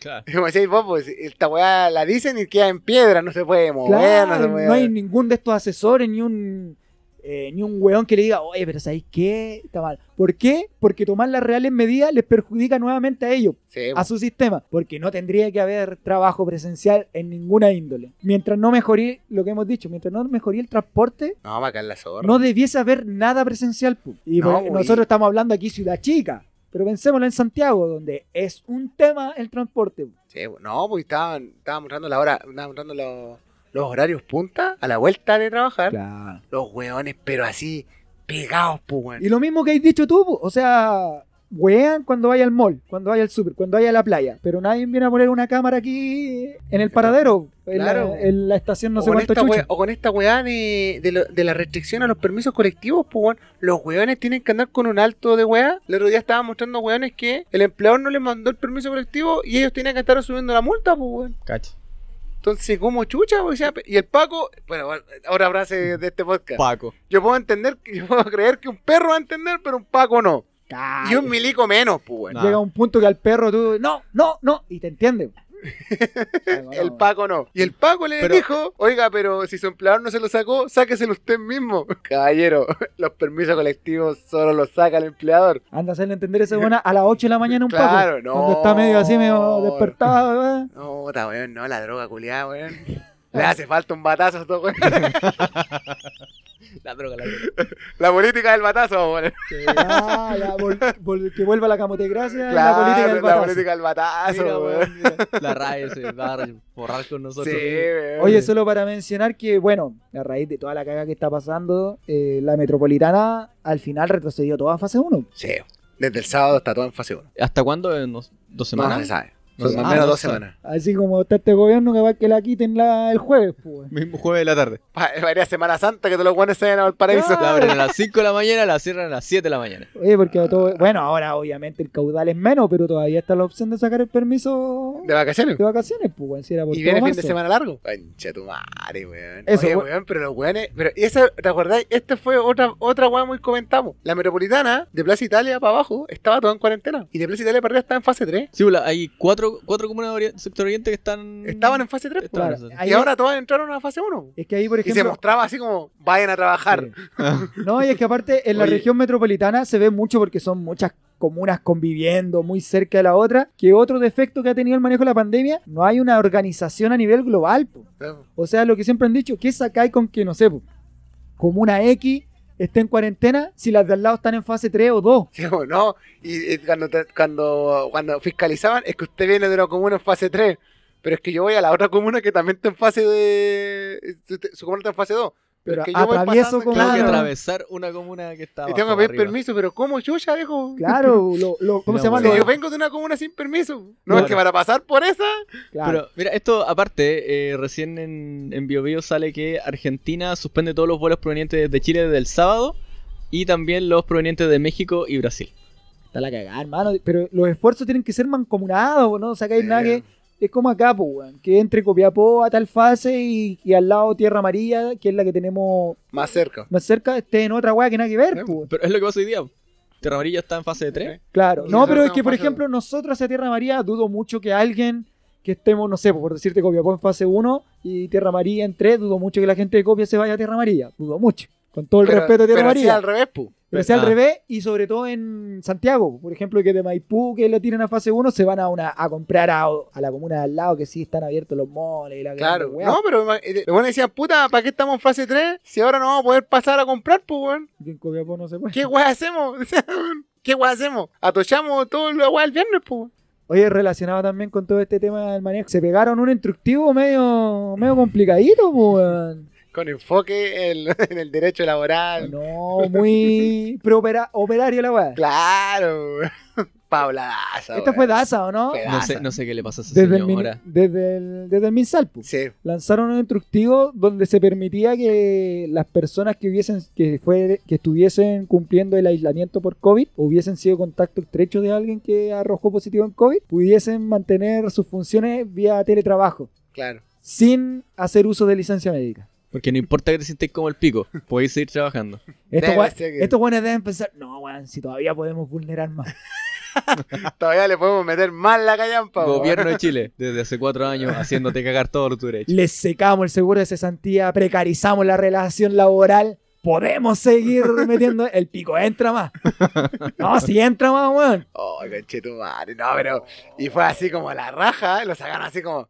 Speaker 3: Claro.
Speaker 1: Como decís vos, pues esta weá la dicen y queda en piedra, no se puede mover, no se
Speaker 2: Claro,
Speaker 1: puede.
Speaker 2: no hay ningún de estos asesores ni un eh, ni un weón que le diga, oye, pero ¿sabéis qué? Está mal. ¿Por qué? Porque tomar las reales medidas les perjudica nuevamente a ellos,
Speaker 1: Sí, pues,
Speaker 2: a su sistema, porque no tendría que haber trabajo presencial en ninguna índole. Mientras no mejorí lo que hemos dicho, mientras no mejorí el transporte,
Speaker 1: no, va a caer la zorra.
Speaker 2: no debiese haber nada presencial. pu. Y
Speaker 1: No,
Speaker 2: por-
Speaker 1: güey.
Speaker 2: nosotros estamos hablando aquí ciudad chica, pero pensémoslo en Santiago, donde es un tema el transporte. pu.
Speaker 1: Sí, bo- no, pues estaban, estaban mostrando la hora, estaban mostrando los, los horarios punta a la vuelta de trabajar. Los weones, pero así, pegados, pues, weón.
Speaker 2: Y lo mismo que has dicho tú, po. o sea, wean cuando vaya al mall, cuando vaya al super, cuando vaya a la playa, pero nadie viene a poner una cámara aquí en el paradero, en,
Speaker 1: Claro.
Speaker 2: la, en la estación no
Speaker 1: o,
Speaker 2: sé
Speaker 1: con
Speaker 2: cuánto
Speaker 1: esta
Speaker 2: chucha.
Speaker 1: wea- o con esta weá de, de, lo- de la restricción a los permisos colectivos, pues, weón. Los weones tienen que andar con un alto de weá. El otro día estaban mostrando weones que el empleador no les mandó el permiso colectivo y ellos tenían que estar subiendo la multa, pues, weón.
Speaker 3: Cacha.
Speaker 1: Entonces, como chucha? pues, ya, y el Paco, bueno, ahora frase de este podcast.
Speaker 3: Paco.
Speaker 1: Yo puedo entender, yo puedo creer que un perro va a entender, pero un Paco no.
Speaker 2: Ay,
Speaker 1: Y un milico menos, pues, weón.
Speaker 3: No.
Speaker 2: Llega un punto que al perro tú, no, no, no, y te entiende.
Speaker 1: El Paco no. Y el Paco le
Speaker 3: Pero-
Speaker 1: dijo, oiga, pero si su empleador no se lo sacó, sáqueselo usted mismo. Caballero, los permisos colectivos solo los saca el empleador.
Speaker 2: Anda a hacerle entender esa buena a las 8 de la mañana un
Speaker 1: Claro,
Speaker 2: Paco,
Speaker 1: no.
Speaker 2: cuando está medio así, medio despertado. ¿verdad?
Speaker 1: No, está weón, no, la droga culiada, weón. Le hace falta un batazo a estos weón.
Speaker 3: La droga, la droga.
Speaker 1: La política del batazo, weón.
Speaker 2: Ah, la vol- vol- que vuelva la camotecracia y
Speaker 1: Claro,
Speaker 2: la política del batazo.
Speaker 1: del batazo,
Speaker 3: Mira,
Speaker 1: weón.
Speaker 3: weón, mira. La RAE se va a borrar con
Speaker 1: Sí,
Speaker 3: nosotros.
Speaker 1: weón.
Speaker 2: Oye, solo para mencionar que, bueno, a raíz de toda la caga que está pasando, eh, la metropolitana al final retrocedió toda a fase 1.
Speaker 1: Sí, desde el sábado está todo en fase 1.
Speaker 3: ¿Hasta cuándo? ¿En dos, dos
Speaker 1: No se
Speaker 3: semanas?
Speaker 1: sabe.
Speaker 3: No
Speaker 1: Son
Speaker 3: se-
Speaker 1: más o
Speaker 3: ah,
Speaker 1: menos
Speaker 3: no
Speaker 1: dos
Speaker 3: se sabe.
Speaker 1: semanas.
Speaker 2: Así como está este gobierno que va a que la quiten la- el jueves, pues.
Speaker 3: Mismo jueves de la tarde.
Speaker 1: Pa- Varias Semana Santa que todos los guanes se vayan a Valparaíso.
Speaker 3: La abren a las 5 de la mañana, la cierran a las 7 de la mañana.
Speaker 2: Oye, porque
Speaker 1: Ah.
Speaker 2: todo, bueno, ahora obviamente el caudal es menos, pero todavía está la opción de sacar el permiso
Speaker 1: De vacaciones.
Speaker 2: de vacaciones, pues, weón, si era por
Speaker 1: Y
Speaker 2: todo
Speaker 1: viene fin de
Speaker 2: marzo.
Speaker 1: semana largo. Concha tu madre, weón.
Speaker 2: Eso,
Speaker 1: Oye,
Speaker 2: we-
Speaker 1: weón, pero los weones. Pero esa, ¿te acordáis? Esta fue otra, otra weón muy comentamos. La metropolitana, de Plaza Italia para abajo, estaba toda en cuarentena. Y de Plaza Italia para arriba estaba en fase 3.
Speaker 3: Sí, pues, la- hay cuatro, cuatro comunas de ori- sector oriente que están.
Speaker 1: Estaban en fase 3.
Speaker 2: Claro,
Speaker 3: Mm, Claro,
Speaker 2: ahí-
Speaker 1: y ahora todas entraron a fase 1.
Speaker 2: Es que ahí, por
Speaker 1: Y se
Speaker 2: ejemplo...
Speaker 1: mostraba así como, vayan a trabajar.
Speaker 2: Sí. No, y es que aparte en la
Speaker 3: Oye.
Speaker 2: región metropolitana se ve mucho porque son muchas comunas conviviendo muy cerca de la otra, que otro defecto que ha tenido el manejo de la pandemia, no hay una organización a nivel global. po. O sea, lo que siempre han dicho, ¿qué sacáis con que, no sé, po, comuna X esté en cuarentena si las de al lado están en fase 3 o 2?
Speaker 1: Sí, o no. Y, y cuando, te- cuando, cuando fiscalizaban, es que usted viene de una comuna en fase 3. Pero es que yo voy a la otra comuna que también está en fase de. Su, su comuna está en fase 2.
Speaker 2: Pero
Speaker 1: es que yo voy
Speaker 2: atravieso
Speaker 1: pasando,
Speaker 2: con-
Speaker 3: Tengo que
Speaker 2: Claro.
Speaker 3: atravesar una comuna que está.
Speaker 1: Y tengo que
Speaker 3: abajo,
Speaker 1: pedir
Speaker 3: arriba.
Speaker 1: permiso, pero ¿cómo chucha, viejo?
Speaker 2: Claro, lo- lo- ¿cómo
Speaker 3: No,
Speaker 2: se llama?
Speaker 1: Si
Speaker 3: bueno.
Speaker 1: yo
Speaker 2: Lo-
Speaker 1: vengo de una comuna sin permiso. No,
Speaker 3: Claro.
Speaker 1: es que para pasar por esa.
Speaker 2: claro.
Speaker 3: Pero mira, esto aparte, eh, recién en, en BioBio sale que Argentina suspende todos los vuelos provenientes de Chile desde el sábado y también los provenientes de México y Brasil.
Speaker 2: Está la cagada, hermano. Pero los esfuerzos tienen que ser mancomunados, po, ¿no? O sea, que hay nada
Speaker 1: eh,
Speaker 2: que. Es como acá, po, weón, que entre Copiapó a tal fase y, y al lado Tierra Amarilla, que es la que tenemos
Speaker 1: Más cerca.
Speaker 2: más cerca, esté en otra weá que nada que ver, po, weón.
Speaker 3: Pero es lo que pasa hoy día. Terra Amarilla está en fase de 3.
Speaker 2: Claro.
Speaker 1: pues. Sí,
Speaker 2: No,
Speaker 1: nosotros
Speaker 2: pero es
Speaker 1: estamos
Speaker 2: que, por
Speaker 1: fase
Speaker 2: ejemplo, nosotros hacia Tierra Amarilla dudo mucho que alguien que estemos, no sé, po, por decirte Copiapó en fase 1 y Tierra Amarilla en 3, dudo mucho que la gente de Copia se vaya a Tierra Amarilla. Dudo mucho. Con todo el
Speaker 1: Pero-
Speaker 2: respeto a Tierra
Speaker 1: pero así
Speaker 2: Amarilla.
Speaker 1: al revés, pu.
Speaker 2: Pero sea al
Speaker 3: Ah.
Speaker 2: revés y sobre todo en Santiago, por ejemplo, que de Maipú, que la tiran a fase 1, se van a una a comprar a, a la comuna de al lado, que sí están abiertos los moles y la
Speaker 1: Claro.
Speaker 2: grande, weá.
Speaker 1: No, pero ima- eh, los buenos decían, puta, ¿para qué estamos en fase 3? Si ahora no vamos a poder pasar a comprar, pues, weón.
Speaker 2: Y en Copiapó no se puede.
Speaker 1: ¿Qué weá hacemos? Decían, weón, ¿Qué weá hacemos? Atochamos todo lo weá el viernes, pues.
Speaker 2: Oye, relacionado también con todo este tema del manejo, se pegaron un instructivo medio medio complicadito, po, weón.
Speaker 1: Con enfoque en, en el derecho laboral.
Speaker 2: No, muy pero opera- operario la weá.
Speaker 1: Claro. Paulaza.
Speaker 2: Esta
Speaker 1: weón.
Speaker 2: fue Daza, ¿o no?
Speaker 1: Fue-
Speaker 3: No sé, no sé qué le pasa a esa
Speaker 2: Desde el, mini-
Speaker 3: señora.
Speaker 2: desde el desde el Minsal, po.
Speaker 1: Sí.
Speaker 2: lanzaron un instructivo donde se permitía que las personas que hubiesen que fue que estuviesen cumpliendo el aislamiento por COVID o hubiesen sido contacto estrecho de alguien que arrojó positivo en COVID pudiesen mantener sus funciones vía teletrabajo
Speaker 1: Claro.
Speaker 2: sin hacer uso de licencia médica.
Speaker 3: Porque no importa que te sientes como el pico, podéis seguir trabajando.
Speaker 2: Estos,
Speaker 1: Debe
Speaker 2: gua-
Speaker 1: ser que-
Speaker 2: estos guanes deben pensar, no, weón, si todavía podemos vulnerar más.
Speaker 1: Todavía le podemos meter más la callampa. weón.
Speaker 3: Gobierno de Chile, desde hace cuatro años haciéndote cagar todo lo que tú eres.
Speaker 2: Les secamos el seguro de cesantía, precarizamos la relación laboral. Podemos seguir metiendo el pico, entra más. No, si entra más, weón.
Speaker 1: Oh, conchetumare. No, pero. Y fue así como la raja, ¿eh? lo sacaron así como.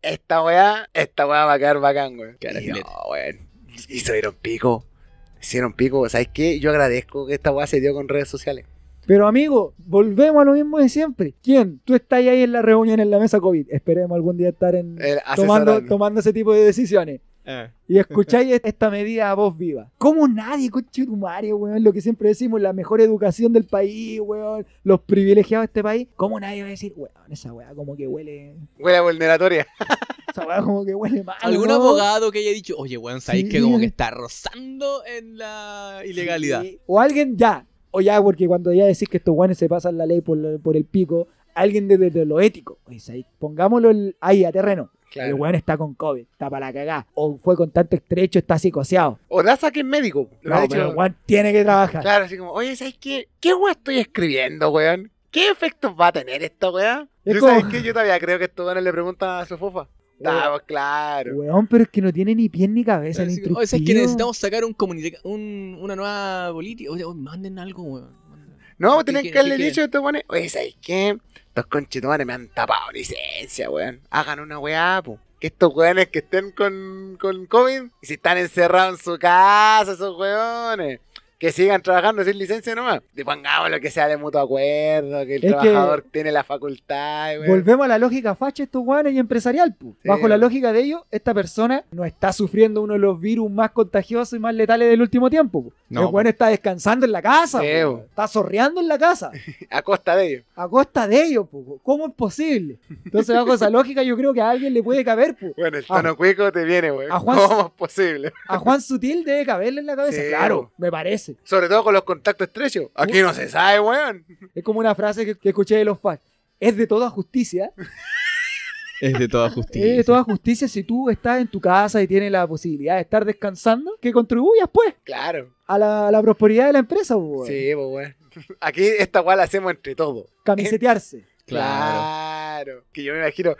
Speaker 1: Esta weá, esta weá va a quedar bacán, weón.
Speaker 3: Cara
Speaker 1: Y
Speaker 3: filete.
Speaker 1: no, weón. Y se dieron pico. Se dieron pico. ¿Sabes qué? Yo agradezco que esta weá se dio con redes sociales.
Speaker 2: Pero amigo, volvemos a lo mismo de siempre. ¿Quién? Tú estás ahí en la reunión en la mesa COVID. Esperemos algún día estar en,
Speaker 1: El
Speaker 2: tomando,
Speaker 1: asesorando.
Speaker 2: tomando ese tipo de decisiones.
Speaker 3: Eh.
Speaker 2: Y escucháis est- esta medida a voz viva. ¿Cómo nadie, conchetumario, weón? Lo que siempre decimos, la mejor educación del país, weón. Los privilegiados de este país. ¿Cómo nadie va a decir, weón, esa weá como que huele...
Speaker 1: Huele a vulneratoria.
Speaker 2: Esa weá como que huele mal.
Speaker 3: ¿Algún
Speaker 2: ¿no?
Speaker 3: abogado que haya dicho, oye, weón, sabéis
Speaker 2: Sí.
Speaker 3: que como que está rozando en la ilegalidad?
Speaker 2: Sí. O alguien ya, o ya, porque cuando ya decís que estos guanes se pasan la ley por, la- por el pico, alguien desde lo ético, oye, ¿sabes? pongámoslo el- ahí a terreno. El
Speaker 1: Claro.
Speaker 2: weón está con COVID, está para la cagá. O fue con tanto estrecho, está psicoseado.
Speaker 1: O Daza que es médico. Lo ha
Speaker 2: No,
Speaker 1: dicho-
Speaker 2: pero el weón tiene que trabajar.
Speaker 1: Claro, así como, oye, ¿sabes qué? ¿Qué weá estoy escribiendo, weón? ¿Qué efectos va a tener esta weá?
Speaker 2: Es
Speaker 1: Yo,
Speaker 2: como- Oh.
Speaker 1: ¿Sabes qué? Yo todavía creo que estos weones le preguntan a su fofa. Ah, pues claro.
Speaker 2: Weón, pero es que no tiene ni pie ni cabeza el
Speaker 3: Así que,
Speaker 2: instructivo.
Speaker 3: Oye, ¿sabes que necesitamos sacar un comunica- un, una nueva política? Oye, oye, manden algo, weón. manden algo.
Speaker 1: No, pues,
Speaker 3: ¿Qué
Speaker 1: tienen que
Speaker 3: quieren?
Speaker 1: haberle
Speaker 3: ¿Qué
Speaker 1: dicho a estos weones, oye, ¿sabes qué? Estos conchetumares me han tapado licencia, weón. Hagan una weá, po. Que estos weones que estén con, con COVID, y si están encerrados en su casa, esos weones. Que sigan trabajando sin licencia nomás. Y pongamos lo que sea de mutuo acuerdo, que el
Speaker 2: Es que-
Speaker 1: trabajador tiene la facultad, weón.
Speaker 2: Volvemos a la lógica facha estos guanes y empresarial. pu.
Speaker 1: Sí.
Speaker 2: Bajo la lógica de ellos, esta persona no está sufriendo uno de los virus más contagiosos y más letales del último tiempo. pu.
Speaker 3: No,
Speaker 2: el weón
Speaker 3: pu.
Speaker 2: está descansando en la casa.
Speaker 1: Sí,
Speaker 2: pu.
Speaker 1: pu.
Speaker 2: Está zorreando en la casa.
Speaker 1: A costa de ellos.
Speaker 2: A costa de ellos. pu. ¿Cómo es posible? Entonces, bajo esa lógica, yo creo que a alguien le puede caber. pu.
Speaker 1: Bueno, el tono cuico te viene, weón.
Speaker 2: a Juan-
Speaker 1: ¿Cómo es posible?
Speaker 2: A Juan Sutil debe caberle en la cabeza.
Speaker 1: Sí,
Speaker 2: Claro, me parece.
Speaker 1: Sobre todo con los contactos estrechos. Aquí no se sabe, weón.
Speaker 2: Es como una frase que, que escuché de los fans. Es de toda justicia.
Speaker 3: Es de toda
Speaker 2: Es
Speaker 3: justicia.
Speaker 2: de toda justicia si tú estás en tu casa y tienes la posibilidad de estar descansando, que contribuyas, pues.
Speaker 1: Claro.
Speaker 2: a la, a la prosperidad de la empresa, po, weón.
Speaker 1: Sí, pues, weón. Aquí esta weá la hacemos entre todos.
Speaker 2: camisetearse.
Speaker 3: Claro.
Speaker 1: Claro. Que yo me imagino.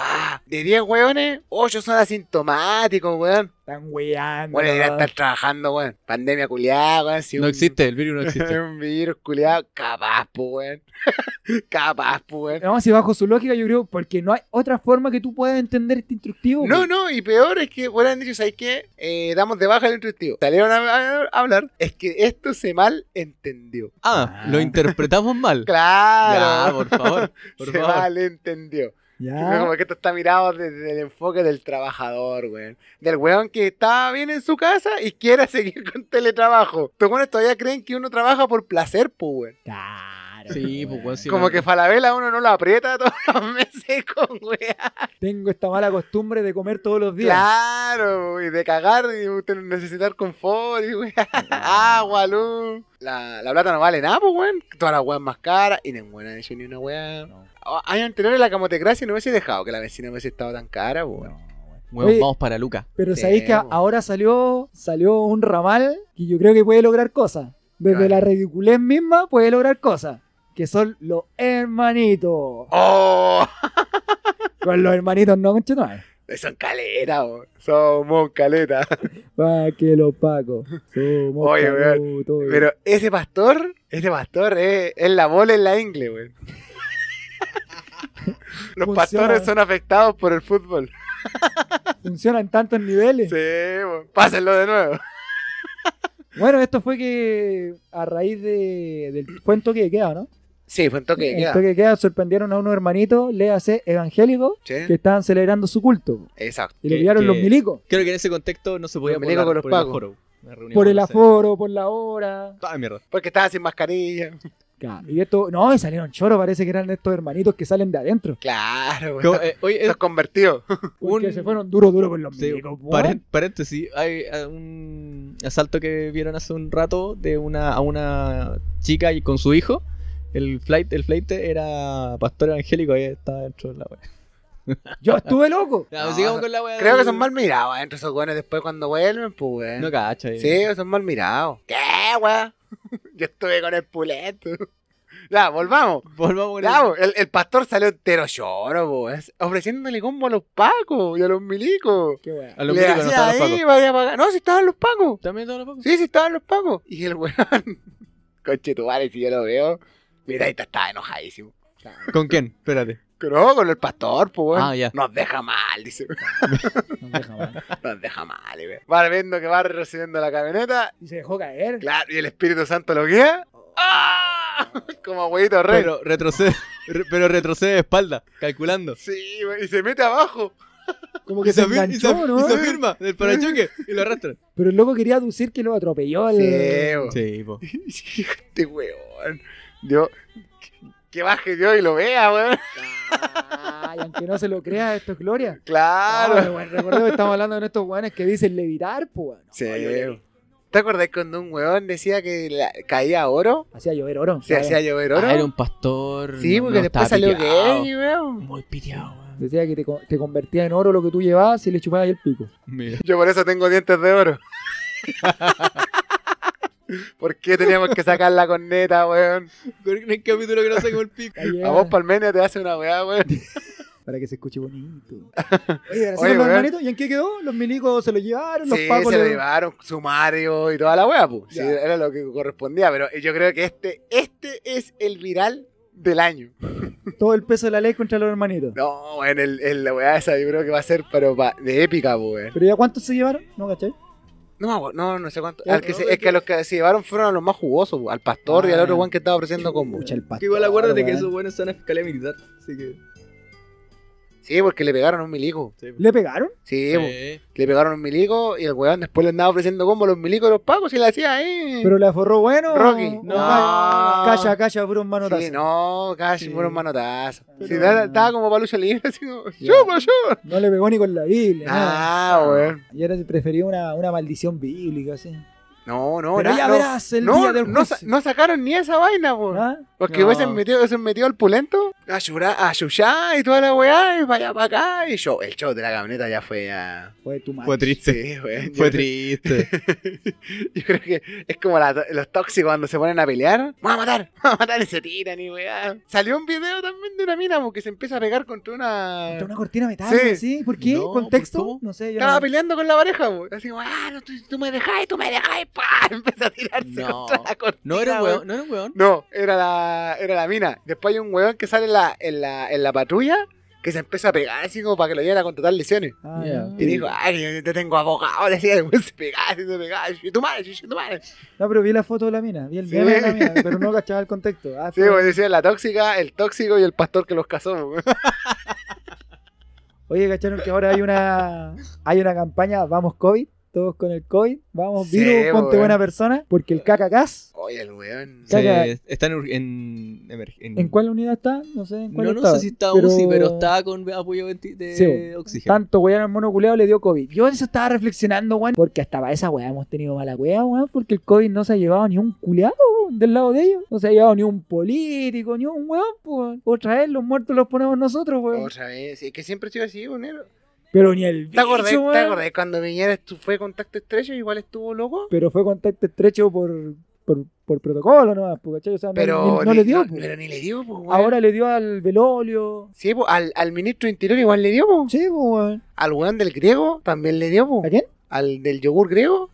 Speaker 1: Ah, de 10 weones, 8 son asintomáticos, weón.
Speaker 2: Están weando.
Speaker 1: Bueno, deberían estar trabajando, weón. Pandemia culiada, weón. Si
Speaker 3: No
Speaker 1: un-
Speaker 3: existe, el virus no existe.
Speaker 1: un virus culiado, capaz, po, weón. capaz, po, weón.
Speaker 2: Vamos, si bajo su lógica, yo creo, porque no hay otra forma que tú puedas entender este instructivo.
Speaker 1: No,
Speaker 2: pues.
Speaker 1: no, y peor es que, bueno, han dicho, ¿sabes qué? Eh, damos de baja el instructivo. Salieron a, a hablar, es que esto se mal entendió.
Speaker 3: Ah, lo interpretamos mal. Ya,
Speaker 1: Claro,
Speaker 3: por favor, por
Speaker 1: se
Speaker 3: favor. Ah.
Speaker 1: mal entendió.
Speaker 2: Ya.
Speaker 1: Como que esto está mirado desde el enfoque del trabajador, weón. Del weón que está bien en su casa y quiera seguir con teletrabajo. Pero bueno, todavía creen que uno trabaja por placer, pues, weón.
Speaker 2: Claro.
Speaker 3: Sí, pues, weón, sí.
Speaker 1: Como
Speaker 3: weón.
Speaker 1: que Falabella uno no lo aprieta todos los meses con weón.
Speaker 2: Tengo esta mala costumbre de comer todos los días.
Speaker 1: Claro, y de cagar y usted necesitar confort y weá, agua, luz. La, la plata no vale nada, pues weón. Todas las weas más caras y ninguna buena hecho ni una weá.
Speaker 2: No.
Speaker 1: A- Años anteriores la camotecracia no hubiese dejado que la vecina hubiese estado tan cara, pues weón.
Speaker 2: No, weón.
Speaker 3: Weón,
Speaker 2: Oye,
Speaker 3: vamos para Luca.
Speaker 2: Pero
Speaker 1: Sí,
Speaker 2: sabéis que
Speaker 1: weón.
Speaker 2: ahora salió, salió un ramal que yo creo que puede lograr cosas. Desde
Speaker 1: Claro.
Speaker 2: la ridiculez misma puede lograr cosas. Que son los hermanitos.
Speaker 1: ¡Oh!
Speaker 2: Con los hermanitos no conchetumal.
Speaker 1: Son caletas, weón. Somos caletas.
Speaker 2: Pa' que los pacos. Somos
Speaker 1: Oye, weón,
Speaker 2: canutos, weón.
Speaker 1: Pero ese pastor, ese pastor es, es la bola en la ingle, weón. Los
Speaker 2: Funciona.
Speaker 1: pastores son afectados por el fútbol.
Speaker 2: Funciona en tantos niveles.
Speaker 1: Sí, weón. Pásenlo de nuevo.
Speaker 2: Bueno, esto fue que a raíz de, del cuento que queda, ¿no?
Speaker 1: Sí, fue un toque de
Speaker 2: el
Speaker 1: queda.
Speaker 2: toque de queda sorprendieron a unos hermanitos, léase evangélicos,
Speaker 1: Sí,
Speaker 2: que estaban celebrando su culto.
Speaker 1: Exacto.
Speaker 2: Y lo
Speaker 3: Que-
Speaker 2: pillaron los
Speaker 3: que-
Speaker 2: milicos.
Speaker 3: Creo que en ese contexto no se podía
Speaker 1: Me ligo
Speaker 3: poner
Speaker 1: con los
Speaker 3: por el
Speaker 1: pagos.
Speaker 3: aforo. Una reunión,
Speaker 2: Por el
Speaker 3: no sé.
Speaker 2: aforo, por la hora.
Speaker 3: Toda Ah, mierda.
Speaker 1: Porque estaba sin mascarilla.
Speaker 2: Claro, Y esto, no, y salieron choros, parece que eran estos hermanitos que salen de adentro.
Speaker 1: Claro, güey.
Speaker 3: Co- Ah,
Speaker 1: Estás-
Speaker 3: eh, oye, es-
Speaker 1: Estás convertido.
Speaker 2: Porque
Speaker 3: Un-
Speaker 2: se fueron duro, duro con los
Speaker 3: Sí,
Speaker 2: milicos. po.
Speaker 3: paren- paréntesis, hay eh, un asalto que vieron hace un rato de una a una chica y con su hijo. El flight, el flight era pastor evangélico ahí estaba dentro de la wea.
Speaker 2: Yo estuve loco.
Speaker 3: Ya,
Speaker 1: No,
Speaker 3: Ah, sigamos
Speaker 1: no,
Speaker 3: con la wea.
Speaker 1: Creo que
Speaker 3: del-
Speaker 1: son mal mirados adentro esos güeyes después cuando vuelven, pues, güey.
Speaker 3: No cacho. ahí.
Speaker 1: sí, son mal mirados. ¿Qué, güey? Yo estuve con el puleto. Ya, volvamos.
Speaker 3: Volvamos con
Speaker 1: Ya,
Speaker 3: el-
Speaker 1: bo, el, el pastor salió entero lloro, bo, es- ofreciéndole combo a los pacos y a los milicos.
Speaker 2: Qué weá.
Speaker 3: A los
Speaker 1: Le
Speaker 3: milicos no
Speaker 1: hacía
Speaker 3: estaban los
Speaker 1: ahí,
Speaker 3: pacos.
Speaker 1: vaya pa' acá. No, si estaban los pacos.
Speaker 3: También estaban los pacos.
Speaker 1: Sí, sí estaban los pacos. Y el weón, conchetumare, si yo lo veo, mira, ahí está- estaba enojadísimo.
Speaker 3: ¿Con quién? Espérate.
Speaker 1: No, con el pastor, pues, weón.
Speaker 3: Ah, ya.
Speaker 1: Nos deja mal, dice.
Speaker 2: No me deja mal.
Speaker 1: Nos deja mal, weón. Va viendo que va recibiendo la camioneta.
Speaker 2: Y se dejó caer.
Speaker 1: Claro, y el Espíritu Santo lo guía. ¡Ah! Como huevito rey.
Speaker 3: Pero retrocede, re- pero retrocede de espalda, calculando.
Speaker 1: Sí, weón. Y se mete abajo.
Speaker 2: Como que se
Speaker 3: afir- y se-
Speaker 2: enganchó, ¿no?
Speaker 3: y se firma del parachoque y lo arrastran.
Speaker 2: Pero el loco quería aducir que lo atropelló. al-
Speaker 1: Sí, weón.
Speaker 3: Sí, po.
Speaker 1: Este weón. Dios. que- Que baje Dios y lo vea, weón.
Speaker 2: Ay, aunque no se lo crea, esto es gloria.
Speaker 1: Claro.
Speaker 2: No, weón, recordemos que estamos hablando de estos weones que dicen levitar, pues.
Speaker 1: sí. ¿Te acordás cuando un weón decía que la- caía oro?
Speaker 2: Hacía llover oro.
Speaker 1: Se hacía llover oro.
Speaker 3: Ah, era un pastor.
Speaker 1: Sí,
Speaker 3: no-
Speaker 1: porque
Speaker 3: no
Speaker 1: después
Speaker 3: estaba
Speaker 1: salió
Speaker 3: piteado.
Speaker 1: gay, weón.
Speaker 3: Muy piteado, weón.
Speaker 2: Decía que te, co- te convertía en oro lo que tú llevabas y le chupabas ahí el pico.
Speaker 3: Mira.
Speaker 1: Yo por eso tengo dientes de oro. ¿Por qué teníamos que sacar la corneta, weón?
Speaker 3: En el capítulo que no sé cómo el pico.
Speaker 2: Ahí
Speaker 1: A
Speaker 2: era,
Speaker 1: vos, Palmenia, te hace una weá, weón.
Speaker 2: para que se escuche bonito. Oye, ahora sí
Speaker 1: Oye,
Speaker 2: con los
Speaker 1: weón.
Speaker 2: hermanitos, ¿y en qué quedó? Los milicos se lo llevaron, los
Speaker 1: Sí,
Speaker 2: pacos
Speaker 1: se lo
Speaker 2: le-
Speaker 1: llevaron, sumario y toda la weá, pues. Sí,
Speaker 2: Ya.
Speaker 1: era lo que correspondía, pero yo creo que este, este es el viral del año.
Speaker 2: todo el peso de la ley contra los hermanitos.
Speaker 1: No, weón, el, el- la weá esa yo creo que va a ser, pero pa- de épica, po, weón.
Speaker 2: Pero ya cuántos se llevaron, ¿no cachai?
Speaker 1: No, me acuerdo, no, no sé cuánto.
Speaker 2: Ya,
Speaker 1: Al que
Speaker 3: no,
Speaker 1: se-
Speaker 3: pero
Speaker 1: es que
Speaker 3: que-
Speaker 1: a los que se llevaron fueron a los más jugosos, po, al pastor y al otro
Speaker 2: Ah.
Speaker 1: weón que estaba ofreciendo combo.
Speaker 2: Pucha, el pastor,
Speaker 3: Que igual acuérdate que
Speaker 2: weón.
Speaker 3: esos buenos están a fiscalía militar. Así que.
Speaker 1: Sí, porque le pegaron a un milico.
Speaker 3: Sí, po.
Speaker 2: ¿Le pegaron?
Speaker 1: Sí, pues, po.
Speaker 3: Sí.
Speaker 1: Le pegaron un milico y el weón después le andaba ofreciendo combo a los milicos y los pacos y le hacía ahí.
Speaker 2: ¿Pero la forró bueno?
Speaker 1: Rocky.
Speaker 2: o-
Speaker 1: No.
Speaker 2: Calla, calla, puros manotazos.
Speaker 1: Sí, no, casi
Speaker 3: Sí.
Speaker 1: fueron manotazos.
Speaker 2: Pero-
Speaker 1: Sí, estaba, estaba como para lucha libre, así como,
Speaker 2: Ya.
Speaker 1: chupa, chupa.
Speaker 2: No le pegó ni con la Biblia. nada.
Speaker 1: Ah, weón.
Speaker 2: Y ahora prefería una, una maldición bíblica, así.
Speaker 1: No, no,
Speaker 2: Pero
Speaker 1: na-
Speaker 2: ya
Speaker 1: no.
Speaker 2: verás el
Speaker 1: no,
Speaker 2: día del
Speaker 1: no, sa-
Speaker 2: juicio.
Speaker 1: no sacaron ni esa vaina, po.
Speaker 2: ¿Ah?
Speaker 1: Porque
Speaker 3: No.
Speaker 1: hubiesen metido, hubiesen metido al pulento a llorar, a Yuyá y toda la weá, y para allá, para acá, y yo, el show de la camioneta ya fue a...
Speaker 2: Fue tu madre.
Speaker 3: Fue triste.
Speaker 1: Sí, weón,
Speaker 3: Fue
Speaker 1: yo-
Speaker 3: triste.
Speaker 1: Yo creo que es como la- los tóxicos cuando se ponen a pelear. ¡Vamos a matar! ¡Vamos a matar! Y se tiran y weá. Salió un video también de una mina porque se empieza a pegar contra una...
Speaker 2: Entra una cortina
Speaker 1: Sí.
Speaker 2: metálica, ¿sí? ¿Por qué?
Speaker 3: No,
Speaker 2: ¿Contexto?
Speaker 3: pues, ¿cómo?
Speaker 2: No sé, yo
Speaker 1: Estaba
Speaker 2: no-
Speaker 1: peleando con la pareja, bo. Así como, ah, no, tú, tú me dejáis, tú me dejáis, pa. Empieza a tirarse
Speaker 3: No.
Speaker 1: contra la cortina.
Speaker 3: No era un
Speaker 1: weón.
Speaker 3: weón, no era un weón.
Speaker 1: No, era la, era la mina. Después hay un weón que sale en la, en la, en la patrulla que se empieza a pegar así como para que lo lleven a contratar lesiones.
Speaker 2: Ah,
Speaker 3: Ya.
Speaker 2: no.
Speaker 1: Y dijo, ay, yo te tengo abogado. Le decía, el weón se pegaba, así, se pegaba. Y tu madre, y tu madre.
Speaker 2: No, pero vi la foto de la mina, vi el
Speaker 1: Sí.
Speaker 2: meme de la mina, pero no cachaba el contexto. Ah,
Speaker 1: Sí,
Speaker 2: fue-
Speaker 1: pues decía la tóxica, el tóxico y el pastor que los casó. bo.
Speaker 2: Oye, cacharon que ahora hay una hay una campaña, vamos COVID, todos con el COVID, vamos
Speaker 1: Sí,
Speaker 2: virus, ponte
Speaker 1: weón.
Speaker 2: buena persona, porque el KKK,
Speaker 1: Oye, el weón.
Speaker 2: Sí. Caga.
Speaker 3: Se- está en, ur- en, emer- en-
Speaker 2: ¿en cuál unidad está? No sé, en cuál
Speaker 3: No, no
Speaker 2: estaba,
Speaker 3: sé si está UCI, pero estaba con apoyo venti- de
Speaker 2: Sí, bueno.
Speaker 3: oxígeno.
Speaker 2: Tanto weón al mono culeado le dio COVID. Yo eso estaba reflexionando, weón, porque hasta para esa weá hemos tenido mala weá, weón, porque el COVID no se ha llevado ni un culeado weón, del lado de ellos. No se ha llevado ni un político, ni un weón, pues. weón. Otra vez los muertos los ponemos nosotros, weón.
Speaker 1: Otra vez, es que siempre he sido así, bonero.
Speaker 2: Pero ni el
Speaker 1: ¿Te acordás,
Speaker 2: bicho, weón.
Speaker 1: ¿Te acordás cuando Piñera estu- fue contacto estrecho? Igual estuvo loco.
Speaker 2: Pero fue contacto estrecho por, por, por protocolo nomás, pues, ¿cachai? O sea, no- ni-
Speaker 1: Pero
Speaker 2: no, le dio, pues.
Speaker 1: pero ni le dio, pues, weón.
Speaker 2: Ahora le dio al Velolio.
Speaker 1: Sí, pues, al, al ministro de Interior igual le dio, pues.
Speaker 2: Sí, pues, weón.
Speaker 1: Al weón del griego también le dio,
Speaker 2: ¿A
Speaker 1: pues.
Speaker 2: quién?
Speaker 1: Al del yogur griego.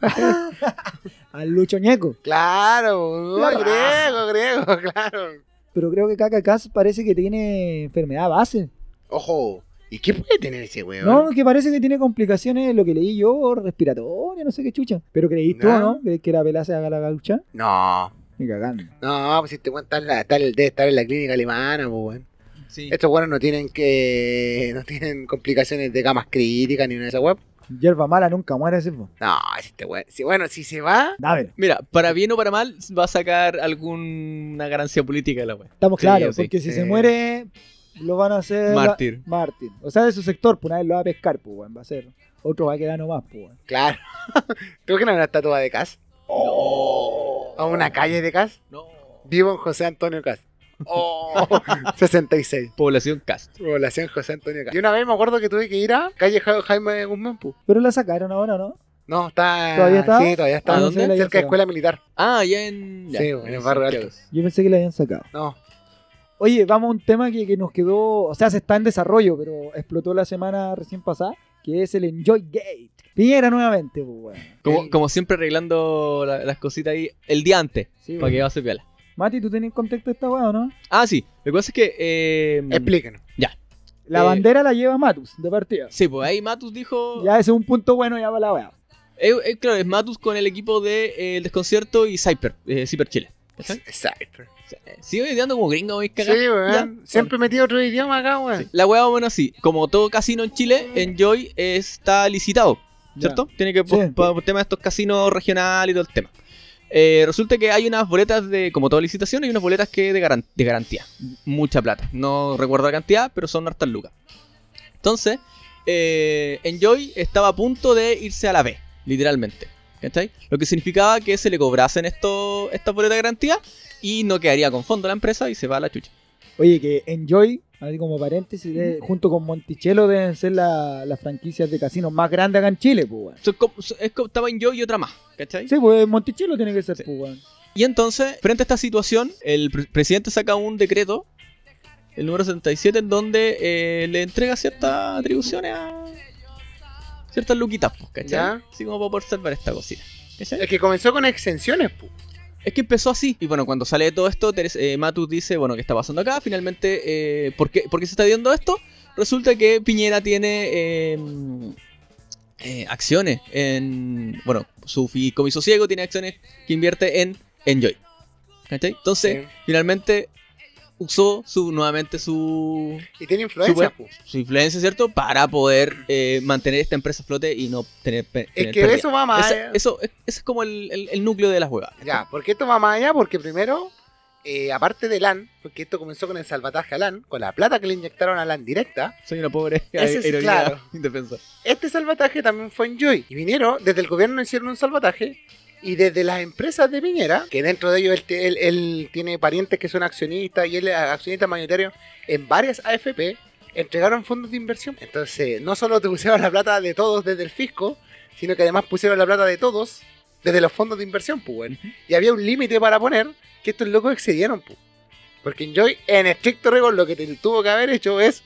Speaker 2: Al Luchoñeco.
Speaker 1: claro, po,
Speaker 2: La
Speaker 1: griego, griego, claro.
Speaker 2: Pero creo que KKK parece que tiene enfermedad base.
Speaker 1: Ojo, ¿y qué puede tener ese weón?
Speaker 2: No, que parece que tiene complicaciones, lo que leí yo, respiratoria, no sé qué chucha. Pero creí tú,
Speaker 1: Ya.
Speaker 2: ¿no? ¿Crees que la pelada se haga la gaucha?
Speaker 1: No,
Speaker 2: Ni cagando.
Speaker 1: no, pues este weón está en la, está en- debe estar en la clínica alemana, pues, weón.
Speaker 3: Sí.
Speaker 1: Estos weones no tienen que. no tienen complicaciones de camas críticas ni una de esas weón.
Speaker 2: Hierba mala nunca muere, ese po.
Speaker 1: No, este weón. Si, bueno, si se va,
Speaker 2: Dámelo.
Speaker 3: Mira, para bien o para mal, va a sacar alguna ganancia política de la web.
Speaker 2: Estamos
Speaker 3: Sí,
Speaker 2: claros,
Speaker 3: sí,
Speaker 2: porque si
Speaker 1: sí.
Speaker 2: se muere, lo van a hacer. Eh, la-
Speaker 3: Mártir.
Speaker 2: Martín. O sea, de su sector, pues una vez lo va a pescar, pues, weón. Va a ser. Otro va a quedar nomás, pues, weón.
Speaker 1: claro. ¿Tú que no una estatua de Cas?
Speaker 3: No.
Speaker 1: ¿A una calle de Cas?
Speaker 3: No.
Speaker 1: Vivo en José Antonio Cas. Oh, 66.
Speaker 3: Población cast.
Speaker 1: Población José Antonio Cas. Y una vez me acuerdo que tuve que ir a calle Ja- Jaime Guzmán, pu.
Speaker 2: Pero la sacaron ahora, ¿no?
Speaker 1: No, está.
Speaker 2: ¿Todavía está?
Speaker 1: Sí, todavía está.
Speaker 3: ¿A
Speaker 2: Ah, no
Speaker 3: dónde?
Speaker 2: sé, la habían
Speaker 1: Cerca de
Speaker 2: sacado.
Speaker 1: escuela militar.
Speaker 3: Ah, ya en. ya,
Speaker 1: Sí, en el barrio
Speaker 3: Santiago.
Speaker 1: alto.
Speaker 2: Yo pensé que la habían sacado.
Speaker 1: No.
Speaker 2: Oye, vamos a un tema que, que nos quedó, o sea, se está en desarrollo, pero explotó la semana recién pasada, que es el Enjoy Gate. Piñera nuevamente, pues, weón.
Speaker 3: Como,
Speaker 1: El-
Speaker 3: como siempre arreglando la- las cositas ahí el día antes,
Speaker 2: Sí,
Speaker 3: para que
Speaker 2: weón.
Speaker 3: va a ser piola.
Speaker 2: Mati, ¿tú tenés contexto de esta weá o no?
Speaker 3: Ah, sí. Lo que pasa es que. eh,
Speaker 1: Explíquenos.
Speaker 2: La
Speaker 3: Eh.
Speaker 2: bandera la lleva Matus, de partida.
Speaker 3: sí, pues ahí Matus dijo.
Speaker 2: Ya ese es un punto bueno ya para la weá.
Speaker 3: Eh, eh, claro, es Matus con el equipo de eh, El Desconcierto y Cyper, eh, Cyper Chile. ¿Cachai?
Speaker 1: Cypher.
Speaker 3: Sigo ideando como gringo, voy a
Speaker 1: Sí,
Speaker 3: cagar.
Speaker 1: weón. Siempre he metido otro idioma acá, weón.
Speaker 3: La hueá, bueno, así, como todo casino en Chile, Enjoy está licitado, ¿cierto? Tiene que, por,
Speaker 2: Sí.
Speaker 3: por tema de estos casinos regionales y todo el tema. Eh, resulta que hay unas boletas de, como toda licitación, hay unas boletas que de, garan- de garantía. Mucha plata. No recuerdo la cantidad, pero son hartas lucas. Entonces, eh, Enjoy estaba a punto de irse a la B, literalmente. ¿Cachai? Lo que significaba que se le cobrasen esto, estas boletas de garantía y no quedaría con fondo la empresa y se va a la chucha.
Speaker 2: Oye, que Enjoy, así como paréntesis, de- junto con Monticello deben ser la- las franquicias de casinos más grandes acá en Chile, pues, weón.
Speaker 3: So, co- so- es como estaba Enjoy y otra más, ¿cachai?
Speaker 2: Sí, pues Monticello tiene que ser,
Speaker 3: Sí.
Speaker 2: pues, weón.
Speaker 3: Y entonces, frente a esta situación, el pre- presidente saca un decreto, el número 77, en donde eh, le entrega ciertas atribuciones a ciertas luquitas, pues, ¿cachai?
Speaker 1: Ya.
Speaker 3: Así como para poder salvar esta cosita. ¿cachai?
Speaker 1: Es que comenzó con exenciones, pu.
Speaker 3: Es que empezó así. Y bueno, cuando sale todo esto, Teres- eh, Matus dice, bueno, ¿qué está pasando acá? Finalmente, eh, ¿por, qué, por qué se está viendo esto? Resulta que Piñera tiene eh, eh, acciones en... Bueno, su fideicomiso ciego tiene acciones que invierte en Enjoy. ¿Cachai? Entonces, finalmente usó su, nuevamente su,
Speaker 1: Y tiene influencia,
Speaker 3: Súper.
Speaker 1: pu.
Speaker 3: su influencia, ¿cierto? Para poder eh, mantener esta empresa a flote y no tener... pe-
Speaker 1: Es
Speaker 3: tener
Speaker 1: que
Speaker 3: pérdida.
Speaker 1: eso va más
Speaker 3: Ese-
Speaker 1: allá.
Speaker 3: eso, e-, ese es como el, el- el núcleo de las huevas.
Speaker 1: Ya, ¿por qué esto va más allá? Porque primero, eh, aparte de LAN, porque esto comenzó con el salvataje a LAN, con la plata que le inyectaron a LAN directa,
Speaker 3: Soy una pobre
Speaker 1: Ese es
Speaker 3: heroína
Speaker 1: claro.
Speaker 3: indefensa.
Speaker 1: este salvataje también fue en Joy. Y vinieron, desde el gobierno hicieron un salvataje Y desde las empresas de Piñera, que dentro de ellos él, te- él- él tiene parientes que son accionistas y él es accionista mayoritario en varias AFP, entregaron fondos de inversión. Entonces, no solo te pusieron la plata de todos desde el fisco, sino que además pusieron la plata de todos desde los fondos de inversión, pues, weón. Y había un límite para poner que estos locos excedieron, pues. Porque Enjoy, en estricto rigor, lo que te- tuvo que haber hecho es